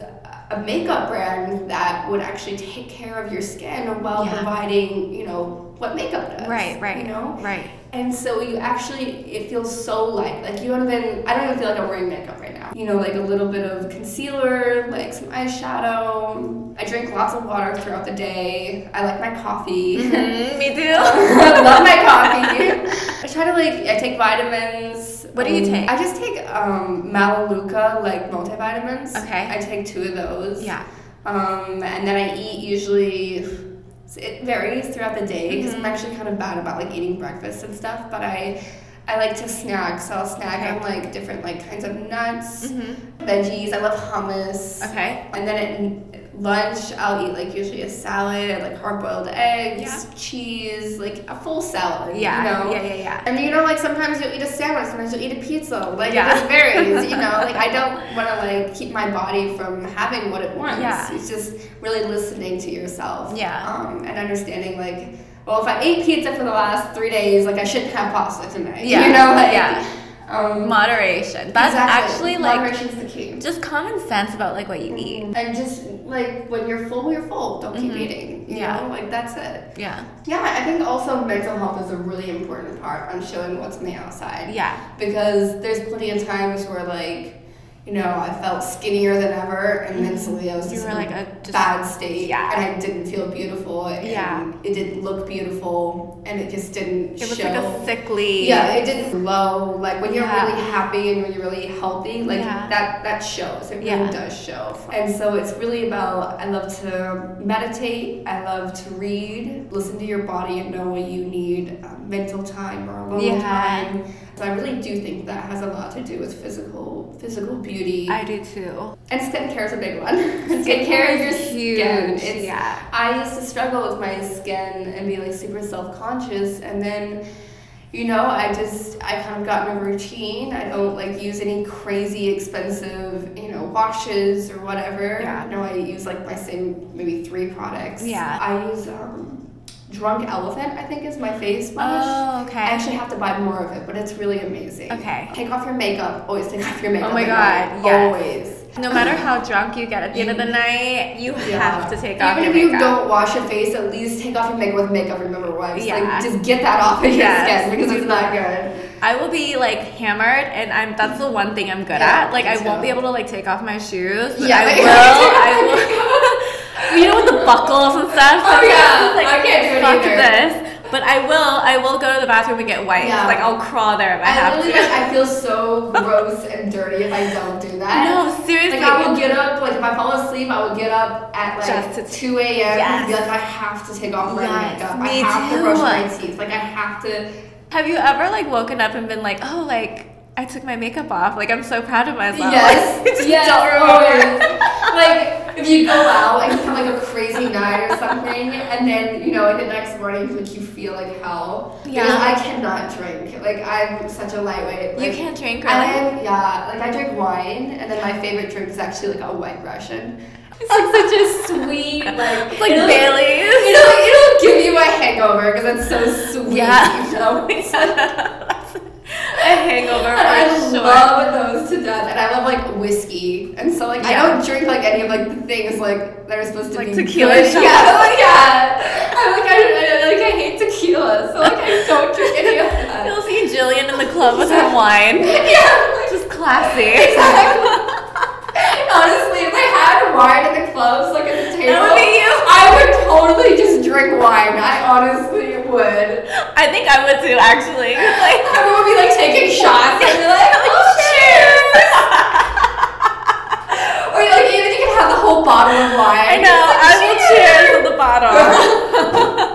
Speaker 2: a makeup brand that would actually take care of your skin while
Speaker 1: Yeah.
Speaker 2: providing, you know, what makeup does.
Speaker 1: Right, right.
Speaker 2: You know?
Speaker 1: Right.
Speaker 2: And so you actually, it feels so light. Like you don't even, I don't even feel like I'm wearing makeup right now. You know, like a little bit of concealer, like some eyeshadow. I drink lots of water throughout the day. I like my coffee.
Speaker 1: Mhm, me (laughs) too.
Speaker 2: I love my coffee. I try to like I take vitamins.
Speaker 1: What do you
Speaker 2: Um,
Speaker 1: take?
Speaker 2: I just take um Melaleuca like multivitamins.
Speaker 1: Okay.
Speaker 2: I take two of those.
Speaker 1: Yeah.
Speaker 2: Um and then I eat usually it varies throughout the day because
Speaker 1: Mm-hmm.
Speaker 2: I'm actually kind of bad about like eating breakfast and stuff, but I I like to snack, so I'll snack
Speaker 1: Okay.
Speaker 2: on like different like kinds of nuts,
Speaker 1: Mhm.
Speaker 2: veggies. I love hummus.
Speaker 1: Okay.
Speaker 2: And then at lunch, I'll eat like usually a salad, like hard boiled eggs,
Speaker 1: Yeah.
Speaker 2: cheese, like a full salad.
Speaker 1: Yeah.
Speaker 2: You know?
Speaker 1: Yeah. Yeah. Yeah.
Speaker 2: And you know, like sometimes you'll eat a sandwich, sometimes you'll eat a pizza. Like
Speaker 1: Yeah.
Speaker 2: it just varies, you know.
Speaker 1: (laughs)
Speaker 2: Like I don't want to like keep my body from having what it wants.
Speaker 1: Yeah.
Speaker 2: It's just really listening to yourself.
Speaker 1: Yeah.
Speaker 2: Um, and understanding like, well, if I ate pizza for the last three days, like I shouldn't have pasta tonight.
Speaker 1: Yeah.
Speaker 2: You know, like
Speaker 1: Yeah.
Speaker 2: Um,
Speaker 1: Moderation. That's
Speaker 2: exactly.
Speaker 1: actually like
Speaker 2: moderation's the key.
Speaker 1: just common sense about like what you eat.
Speaker 2: Mm-hmm. And just like when you're full, you're full. Don't keep
Speaker 1: Mhm.
Speaker 2: eating. You
Speaker 1: Yeah.
Speaker 2: know, like that's it.
Speaker 1: Yeah.
Speaker 2: Yeah, I think also mental health is a really important part on showing what's on the outside.
Speaker 1: Yeah.
Speaker 2: Because there's plenty of times where like, you know, I felt skinnier than ever and mentally I was
Speaker 1: You
Speaker 2: just
Speaker 1: were
Speaker 2: in
Speaker 1: like a just
Speaker 2: bad state
Speaker 1: Yeah.
Speaker 2: and I didn't feel beautiful and
Speaker 1: Yeah.
Speaker 2: it didn't look beautiful and it just didn't
Speaker 1: It was
Speaker 2: show.
Speaker 1: like a sickly.
Speaker 2: Yeah, it didn't glow. Like when you're
Speaker 1: Yeah.
Speaker 2: really happy and when you're really healthy, like
Speaker 1: Yeah.
Speaker 2: that that shows. It really
Speaker 1: Yeah.
Speaker 2: does show. And so it's really about I love to meditate. I love to read, listen to your body, and know what you need. Um, mental time or alone
Speaker 1: Yeah.
Speaker 2: time. So I really do think that has a lot to do with physical physical beauty.
Speaker 1: I do too.
Speaker 2: and skincare is a big one. (laughs) Skincare
Speaker 1: Skincare
Speaker 2: is your
Speaker 1: is huge.
Speaker 2: skin. It's-
Speaker 1: yeah.
Speaker 2: I used to struggle with my skin and be like super self conscious, and then, you know, I just I kind of got in a routine. I don't like use any crazy expensive, you know, washes or whatever.
Speaker 1: Yeah.
Speaker 2: You know, I use like my same maybe three products.
Speaker 1: Yeah.
Speaker 2: I use um, Drunk Elephant. I think is my face wash.
Speaker 1: Oh, okay.
Speaker 2: I actually have to buy more of it, but it's really amazing.
Speaker 1: Okay. Oh
Speaker 2: Take off your makeup. Always take off your makeup.
Speaker 1: my
Speaker 2: at
Speaker 1: God,
Speaker 2: night.
Speaker 1: yes.
Speaker 2: Always.
Speaker 1: no matter how drunk you get at the end of the night, you
Speaker 2: Mm. Yeah.
Speaker 1: have to take off
Speaker 2: Even
Speaker 1: your
Speaker 2: if you
Speaker 1: makeup.
Speaker 2: don't wash your face, at least take off your makeup with makeup remover wipes.
Speaker 1: Yeah.
Speaker 2: Like, just get that off of your
Speaker 1: Yes.
Speaker 2: skin because it's not good.
Speaker 1: I will be like hammered, and I'm that's the one thing I'm good
Speaker 2: Yeah,
Speaker 1: at. Like I
Speaker 2: me
Speaker 1: won't
Speaker 2: too.
Speaker 1: be able to like take off my shoes. But
Speaker 2: Yeah,
Speaker 1: I
Speaker 2: like-
Speaker 1: will. I
Speaker 2: (laughs)
Speaker 1: will. (laughs) you know with the buckles and stuff.
Speaker 2: Oh,
Speaker 1: sometimes
Speaker 2: yeah.
Speaker 1: it's Like,
Speaker 2: I can't do it
Speaker 1: fuck
Speaker 2: either.
Speaker 1: this. But I will. I will go to the bathroom and get wipes.
Speaker 2: Yeah.
Speaker 1: Like I'll crawl there if I,
Speaker 2: I
Speaker 1: have
Speaker 2: literally,
Speaker 1: to.
Speaker 2: like, I feel
Speaker 1: (laughs)
Speaker 2: so gross and dirty if I don't do that.
Speaker 1: no, seriously.
Speaker 2: Like I would get up, like if I fall asleep, I would get up at like
Speaker 1: Just to-
Speaker 2: 2 a.m. and be
Speaker 1: Yes.
Speaker 2: like, I have to take off my
Speaker 1: Yes,
Speaker 2: makeup.
Speaker 1: me
Speaker 2: I have
Speaker 1: too.
Speaker 2: to brush my teeth. Like I have to
Speaker 1: have you ever like woken up and been like, oh, like I took my makeup off. Like I'm so proud of myself. (laughs) Like,
Speaker 2: (laughs) Yes,
Speaker 1: just
Speaker 2: yes,
Speaker 1: don't remember.
Speaker 2: always. like if you go out and you have like a crazy night or something, and then you know like the next morning like you feel like hell.
Speaker 1: Yeah.
Speaker 2: Because I cannot drink. Like I'm such a lightweight. Like,
Speaker 1: You can't drink. Really?
Speaker 2: I am yeah. Like I drink wine, and then my favorite drink is actually like a white Russian. It's
Speaker 1: It's
Speaker 2: like such a sweet (laughs) like
Speaker 1: It's like
Speaker 2: it'll-
Speaker 1: Bailey's.
Speaker 2: It'll, it'll give you a hangover because it's so sweet.
Speaker 1: Yeah.
Speaker 2: You know?
Speaker 1: (laughs) a hangover
Speaker 2: And I
Speaker 1: for sure.
Speaker 2: love those to death, and I love like whiskey, and so like
Speaker 1: Yeah.
Speaker 2: I don't drink like any of like the things like that are supposed to
Speaker 1: Like
Speaker 2: be
Speaker 1: tequila
Speaker 2: good.
Speaker 1: shots.
Speaker 2: Yeah, like, yeah. I'm like I, I like I hate tequila, so like I don't drink any of that.
Speaker 1: (laughs) You'll see Jillian in the club with her wine.
Speaker 2: (laughs) yeah, like,
Speaker 1: Just classy.
Speaker 2: exactly. Honestly, if I had wine at the clubs, like at the table,
Speaker 1: That would be you.
Speaker 2: I would totally just drink wine. I honestly would.
Speaker 1: I think I would too, actually.
Speaker 2: (laughs)
Speaker 1: It's Like,
Speaker 2: Everyone would be like taking shots and be
Speaker 1: (laughs)
Speaker 2: like, oh cheers. Or like even you can have the whole bottle of
Speaker 1: I
Speaker 2: wine.
Speaker 1: know, I will cheers at the bottom.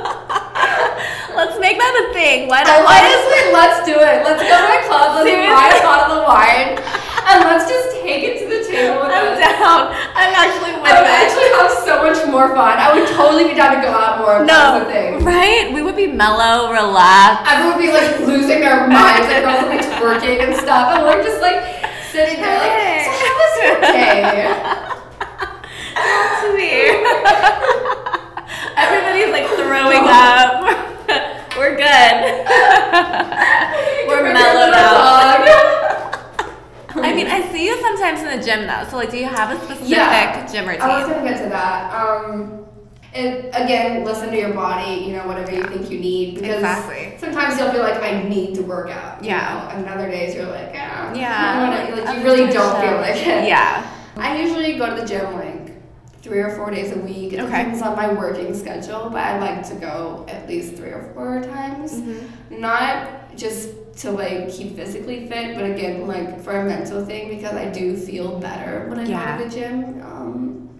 Speaker 1: (laughs) Let's make that a thing. Why
Speaker 2: (laughs) I
Speaker 1: not? Why
Speaker 2: why
Speaker 1: is
Speaker 2: just like let's do it. Let's go to a club. Let's buy a
Speaker 1: Seriously?
Speaker 2: bottle of wine, and let's just take it to the table with
Speaker 1: I'm
Speaker 2: us.
Speaker 1: down. I'm actually
Speaker 2: I would
Speaker 1: with
Speaker 2: actually have so much more fun. I would totally be down to go out more.
Speaker 1: it.
Speaker 2: If that was a
Speaker 1: No,
Speaker 2: thing.
Speaker 1: right? We would be mellow, relaxed.
Speaker 2: Everyone would be like losing their minds, like girls would be twerking and stuff, and we're just like sitting there like, so how was your day?
Speaker 1: That's weird. (laughs) Everybody's like throwing up. (laughs) We're
Speaker 2: (laughs)
Speaker 1: good. We're mellowed out. (laughs) I mean, I see you sometimes in the gym though. So, like, do you have a specific
Speaker 2: Yeah.
Speaker 1: gym
Speaker 2: I was
Speaker 1: routine?
Speaker 2: gonna get to that. Um, and again, listen to your body. You know, whatever you think you need, because
Speaker 1: Exactly.
Speaker 2: sometimes you'll feel like I need to work out. you
Speaker 1: Yeah.
Speaker 2: know, and other days you're like, yeah.
Speaker 1: Yeah.
Speaker 2: I don't wanna, like
Speaker 1: I'm
Speaker 2: you really
Speaker 1: doing
Speaker 2: don't feel
Speaker 1: stuff.
Speaker 2: like it.
Speaker 1: Yeah.
Speaker 2: I usually go to the gym like three or four days a week. It
Speaker 1: Okay.
Speaker 2: depends on my working schedule, but I like to go at least three or four times. Not just to like keep physically fit, but again, like for a mental thing because I do feel better when I
Speaker 1: Yeah.
Speaker 2: go to the gym. Um,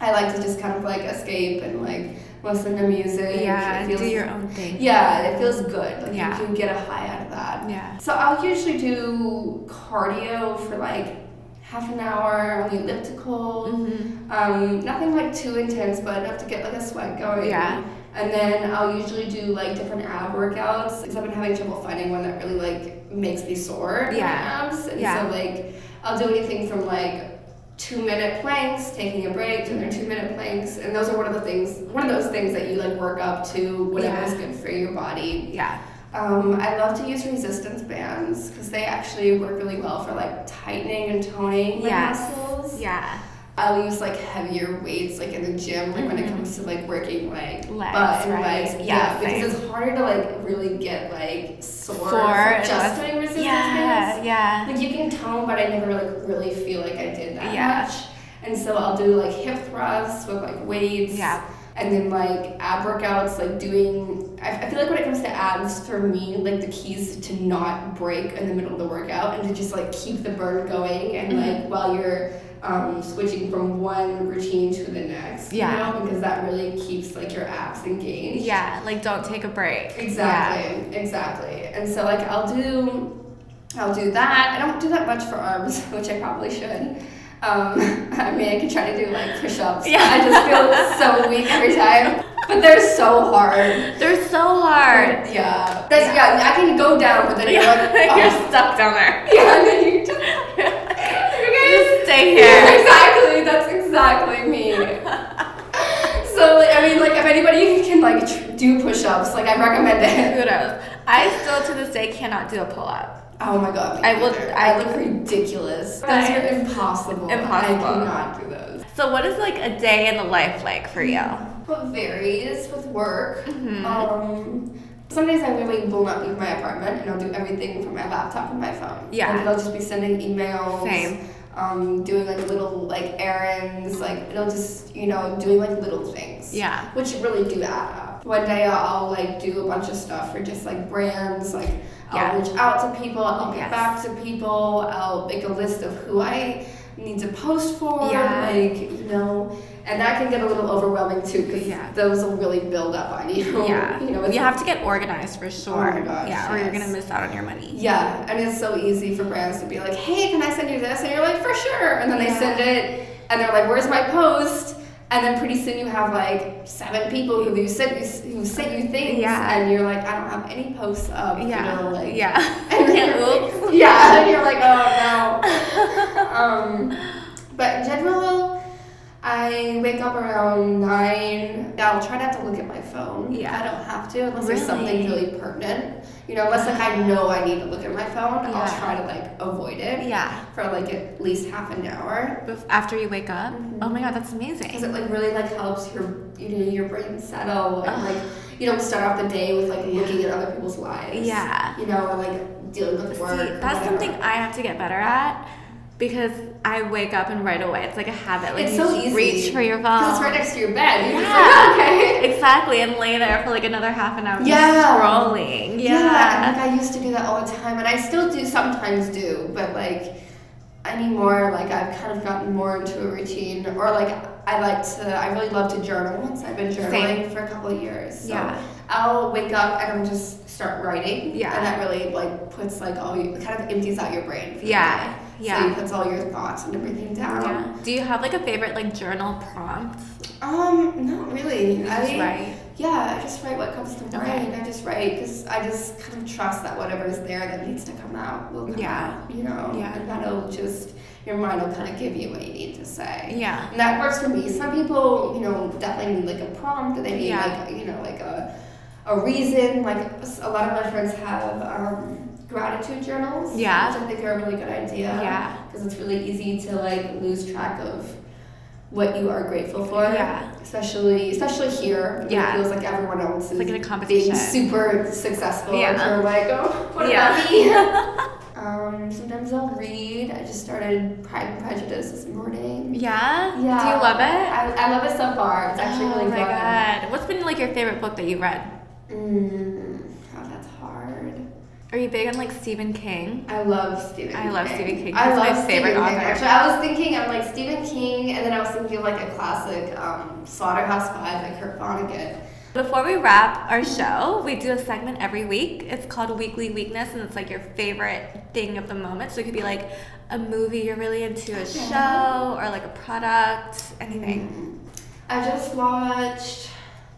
Speaker 2: I like to just kind of like escape and like listen to music.
Speaker 1: Yeah.
Speaker 2: It feels-
Speaker 1: Do your own thing.
Speaker 2: yeah, it feels good. Like
Speaker 1: Yeah.
Speaker 2: you can get a high out of that.
Speaker 1: Yeah.
Speaker 2: So I'll usually do cardio for like half an hour on the elliptical. Um, nothing like too intense, but enough to get like a sweat going.
Speaker 1: Yeah.
Speaker 2: And then I'll usually do like different ab workouts because I've been having trouble finding one that really like makes me sore. in My
Speaker 1: Yeah.
Speaker 2: abs. And
Speaker 1: Yeah.
Speaker 2: so like I'll do anything from like two minute planks, taking a break, doing their
Speaker 1: Mm-hmm.
Speaker 2: two minute planks, and those are one of the things one of those things that you like work up to whatever
Speaker 1: Yeah.
Speaker 2: is good for your body.
Speaker 1: Yeah.
Speaker 2: Um, I love to use resistance bands because they actually work really well for like tightening and toning my
Speaker 1: Yes.
Speaker 2: muscles.
Speaker 1: Yeah.
Speaker 2: I'll use like heavier weights like in the gym like when it comes to like working like
Speaker 1: Mm-hmm. Legs,
Speaker 2: butt and
Speaker 1: right.
Speaker 2: legs.
Speaker 1: Yeah,
Speaker 2: Yeah, because it's harder to like really get like sore
Speaker 1: Four.
Speaker 2: from
Speaker 1: and
Speaker 2: just
Speaker 1: less-
Speaker 2: doing resistance
Speaker 1: Yeah.
Speaker 2: bands.
Speaker 1: Yeah.
Speaker 2: Like you can tone, but I never like really feel like I did that
Speaker 1: Yeah.
Speaker 2: much. And so I'll do like hip thrusts with like weights.
Speaker 1: Yeah.
Speaker 2: And then like ab workouts, like doing. I, I feel like when it comes to abs, for me, like the keys to not break in the middle of the workout and to just like keep the burn going and like while you're um, switching from one routine to the next. you
Speaker 1: Yeah.
Speaker 2: know, because that really keeps like your abs engaged.
Speaker 1: Yeah. Like, don't take a break.
Speaker 2: Exactly, exactly. And so like I'll do I'll do that. I don't do that much for arms, (laughs) which I probably should. Um, (laughs) I mean, I could try to do like push ups.
Speaker 1: Yeah.
Speaker 2: I just feel so weak every time. But they're so hard.
Speaker 1: They're so hard.
Speaker 2: Yeah. That's, yeah. I can go down, but then you're like,
Speaker 1: (laughs)
Speaker 2: oh.
Speaker 1: You're stuck down (laughs) there.
Speaker 2: (laughs) Yeah, and then you just.
Speaker 1: Just stay
Speaker 2: Yeah,
Speaker 1: here.
Speaker 2: exactly. That's
Speaker 1: (laughs)
Speaker 2: exactly me. so like, I mean, like, if anybody can like tr- do push-ups, like, I recommend it.
Speaker 1: Kudos. I still to this day cannot do a pull up.
Speaker 2: Oh my god.
Speaker 1: I will-
Speaker 2: I, look ridiculous. Those
Speaker 1: Right.
Speaker 2: are impossible.
Speaker 1: Impossible.
Speaker 2: I cannot do those.
Speaker 1: So what is like a day in the life like for you?
Speaker 2: What varies with work.
Speaker 1: Mhm.
Speaker 2: Um, some days I literally will not leave my apartment, and I'll do everything from my laptop and my phone.
Speaker 1: Yeah.
Speaker 2: Like, I'll just be sending emails.
Speaker 1: Same.
Speaker 2: Um, doing like little like errands, like it'll just you know doing like little things.
Speaker 1: Yeah.
Speaker 2: which really do add up. One day I'll like do a bunch of stuff for just like brands, like
Speaker 1: Yeah.
Speaker 2: I'll reach out to people, I'll
Speaker 1: Yes.
Speaker 2: get back to people, I'll make a list of who I need to post for,
Speaker 1: Yeah.
Speaker 2: like you know, and that can get a little overwhelming too because
Speaker 1: Yeah.
Speaker 2: those will really build up on you.
Speaker 1: Yeah.
Speaker 2: (laughs) you know,
Speaker 1: You
Speaker 2: it's-
Speaker 1: have to get organized for sure.
Speaker 2: gosh,
Speaker 1: yeah, or you're
Speaker 2: yes.
Speaker 1: gonna miss out on your money.
Speaker 2: yeah, and it's so easy for brands to be like, hey, can I send you this? And you're like, for sure. And then
Speaker 1: Yeah.
Speaker 2: they send it, and they're like, where's my post? And then pretty soon you have like seven people who you sent you who sent you things,
Speaker 1: Yeah.
Speaker 2: and you're like, I don't have any posts up. You know,
Speaker 1: Yeah.
Speaker 2: like,
Speaker 1: Yeah.
Speaker 2: And
Speaker 1: (laughs)
Speaker 2: then
Speaker 1: Oops.
Speaker 2: you're like, yeah, and you're like,
Speaker 1: (laughs)
Speaker 2: oh no. um, but in general, I wake up around nine. I'll try not to look at my phone.
Speaker 1: Yeah.
Speaker 2: I don't have to unless there's
Speaker 1: Really?
Speaker 2: something really pertinent. You know, unless like I know I need to look at my phone,
Speaker 1: Yeah.
Speaker 2: I'll try to like avoid it
Speaker 1: Yeah.
Speaker 2: for like at least half an hour.
Speaker 1: Bef- After you wake up. Oh my god, that's amazing.
Speaker 2: Because it like really like helps your you know your brain settle and
Speaker 1: Ugh.
Speaker 2: like you don't start off the day with like looking at other people's lives.
Speaker 1: Yeah.
Speaker 2: You know, and like dealing with work.
Speaker 1: See,
Speaker 2: or
Speaker 1: that's
Speaker 2: whatever.
Speaker 1: something I have to get better at because I wake up and right away it's like a habit. Like
Speaker 2: It's
Speaker 1: you
Speaker 2: so
Speaker 1: just
Speaker 2: easy.
Speaker 1: reach for your phone.
Speaker 2: Because it's right
Speaker 1: (laughs)
Speaker 2: next to your bed.
Speaker 1: Um, Yeah.
Speaker 2: You're just like, "Oh, okay.
Speaker 1: Exactly, and lay there for like another half an hour just
Speaker 2: Yeah.
Speaker 1: scrolling.
Speaker 2: Yeah.
Speaker 1: Yeah.
Speaker 2: like I used to do that all the time, and I still do sometimes do, but like anymore, like I've kind of gotten more into a routine, or like I like to, I really love to journal. Once I've been journaling
Speaker 1: Same.
Speaker 2: for a couple of years, so
Speaker 1: Yeah.
Speaker 2: I'll wake up and I'll just start writing.
Speaker 1: Yeah.
Speaker 2: and that really like puts like all your kind of empties out your brain. for the
Speaker 1: Yeah.
Speaker 2: day. so
Speaker 1: Yeah.
Speaker 2: you puts all your thoughts and everything down.
Speaker 1: Yeah. Do you have like a favorite like journal prompt?
Speaker 2: Um, not really. I
Speaker 1: Just write.
Speaker 2: yeah, I just write what comes to mind.
Speaker 1: Okay.
Speaker 2: I just write because I just kind of trust that whatever is there that needs to come out will come
Speaker 1: Yeah.
Speaker 2: out. You know,
Speaker 1: Yeah.
Speaker 2: and that'll just your mind will kind of give you what you need to say.
Speaker 1: Yeah.
Speaker 2: And that works for me. Some people, you know, definitely need like a prompt. They need
Speaker 1: Yeah.
Speaker 2: like you know like a a reason. Like s- a lot of my friends have um, gratitude journals.
Speaker 1: Yeah.
Speaker 2: which I think are a really good idea.
Speaker 1: Yeah.
Speaker 2: because it's really easy to like lose track of what you are grateful for
Speaker 1: Yeah.
Speaker 2: especially especially here. when
Speaker 1: Yeah.
Speaker 2: it feels like everyone else is
Speaker 1: Like in a
Speaker 2: being
Speaker 1: competition.
Speaker 2: super successful. and
Speaker 1: Yeah.
Speaker 2: you're like, oh, what
Speaker 1: Yeah.
Speaker 2: about me?
Speaker 1: (laughs)
Speaker 2: um, sometimes I'll read. I just started Pride and Prejudice this morning.
Speaker 1: Yeah?
Speaker 2: Yeah.
Speaker 1: Do you love it?
Speaker 2: I, I love it so far. It's actually
Speaker 1: oh
Speaker 2: really
Speaker 1: my
Speaker 2: fun.
Speaker 1: god. What's been like your favorite book that you've read?
Speaker 2: Mm, oh, that's hard.
Speaker 1: Are you big on like Stephen King?
Speaker 2: I love Stephen.
Speaker 1: I love Stephen King.
Speaker 2: I
Speaker 1: He's my
Speaker 2: love
Speaker 1: favorite
Speaker 2: Stephen
Speaker 1: author.
Speaker 2: King. Actually, I was thinking I'm like Stephen King, and then I was thinking of like a classic um, Slaughterhouse Five, like Kurt Vonnegut.
Speaker 1: Before we wrap our show, we do a segment every week. It's called Weekly Weakness, and it's like your favorite thing of the moment. So it could be like a movie you're really into, a show, or like a product, anything.
Speaker 2: I just watched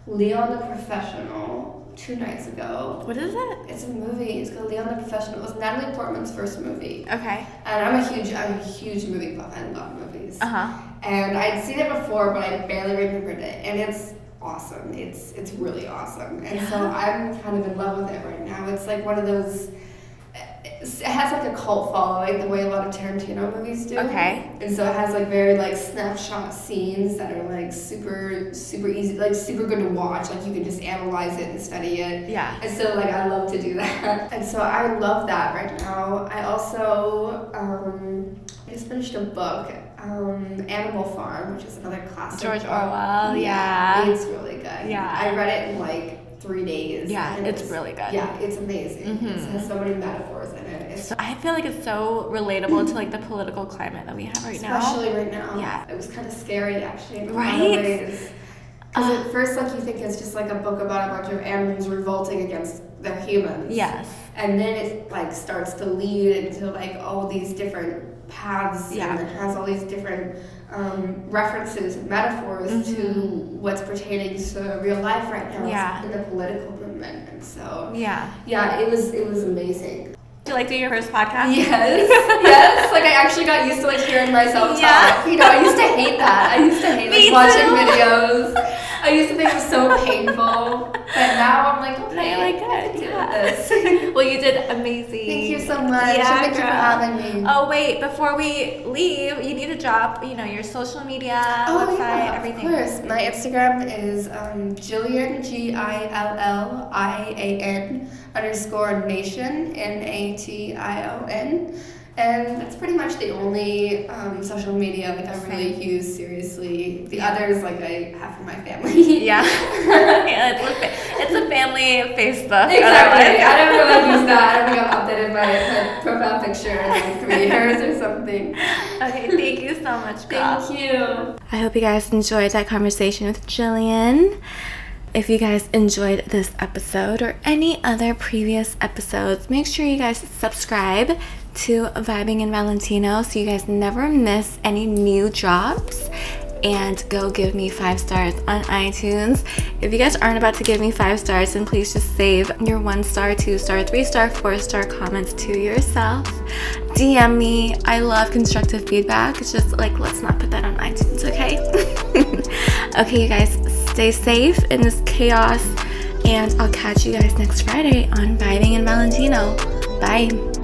Speaker 2: Leon the Professional two nights ago.
Speaker 1: What is it?
Speaker 2: It's a movie. It's called Leon the Professional. It was Natalie Portman's first movie,
Speaker 1: Okay.
Speaker 2: and I'm a huge, I'm a huge movie buff. I love movies,
Speaker 1: Uh huh.
Speaker 2: and I'd seen it before, but I barely remembered it. And it's awesome. It's it's really awesome, and so
Speaker 1: Yeah.
Speaker 2: I'm kind of in love with it right now. It's like one of those. It has like a cult following, the way a lot of Tarantino movies do.
Speaker 1: Okay.
Speaker 2: And so it has like very like snapshot scenes that are like super super easy like super good to watch. Like you can just analyze it and study it.
Speaker 1: Yeah.
Speaker 2: And so like I love to do that. (laughs) And so I love that right now. I also um I just finished a book, um, Animal Farm, which is another classic.
Speaker 1: George
Speaker 2: book.
Speaker 1: Orwell. Yeah.
Speaker 2: It's really good.
Speaker 1: Yeah.
Speaker 2: I read it in like three days.
Speaker 1: Yeah,
Speaker 2: and
Speaker 1: it's
Speaker 2: was-
Speaker 1: really good.
Speaker 2: Yeah, it's amazing. It
Speaker 1: Mhm.
Speaker 2: has so many metaphors in it. It's
Speaker 1: So I feel like it's so relatable to like the political climate that we have right now.
Speaker 2: Especially right now.
Speaker 1: Yeah.
Speaker 2: It was kind of scary, actually. In
Speaker 1: Right?
Speaker 2: Because at first, like, you think it's just like a book about a bunch of animals revolting against their humans.
Speaker 1: Uh, Yes.
Speaker 2: and then it like starts to lead into like all these different paths
Speaker 3: Yeah.
Speaker 2: and it has all these different um, references and metaphors to what's pertaining to real life right now
Speaker 3: Mm-hmm. Yeah.
Speaker 2: in the political movement and so
Speaker 3: Yeah.
Speaker 2: yeah it was it was amazing
Speaker 3: Do you like doing your first podcast?
Speaker 2: (laughs) yes yes like i actually got used to like hearing myself
Speaker 3: Yeah.
Speaker 2: talk you know i used to hate that i used to
Speaker 3: (laughs)
Speaker 2: hate
Speaker 3: Me
Speaker 2: like, watching
Speaker 3: too.
Speaker 2: videos i used to think it was so painful but now i'm like okay
Speaker 3: You're like,
Speaker 2: I can
Speaker 3: good,
Speaker 2: deal
Speaker 3: yeah.
Speaker 2: with this (laughs)
Speaker 3: Well, you did amazing.
Speaker 2: Thank you so much.
Speaker 3: Yeah,
Speaker 2: Thank you for
Speaker 3: girl.
Speaker 2: having me.
Speaker 3: Oh wait, before we leave, you need to drop, you know, your social media, website, everything.
Speaker 2: Oh, of course. My Instagram is um, Jillian G I L L I A N underscore Nation N A T I O N, and that's pretty much the only um, social media like I really use seriously. The others like I have for my family. (laughs)
Speaker 3: Yeah. (laughs) yeah it's, a, fa- it's a family Facebook.
Speaker 2: Exactly.
Speaker 3: otherwise.
Speaker 2: I don't really use that. I don't think I've updated my, my profile picture in like
Speaker 3: (laughs)
Speaker 2: three years or something.
Speaker 3: Okay, thank you so much, girl.
Speaker 2: Thank you.
Speaker 3: I hope you guys enjoyed that conversation with Jillian. If you guys enjoyed this episode or any other previous episodes, make sure you guys subscribe to Vibing in Valentino so you guys never miss any new drops. And go give me five stars on iTunes. If you guys aren't about to give me five stars, then please just save your one star, two star, three star, four star comments to yourself. DM me. I love constructive feedback. It's just like, let's not put that on iTunes, okay? (laughs) okay, you guys, stay safe in this chaos, and I'll catch you guys next Friday on Vibing and Valentino. Bye.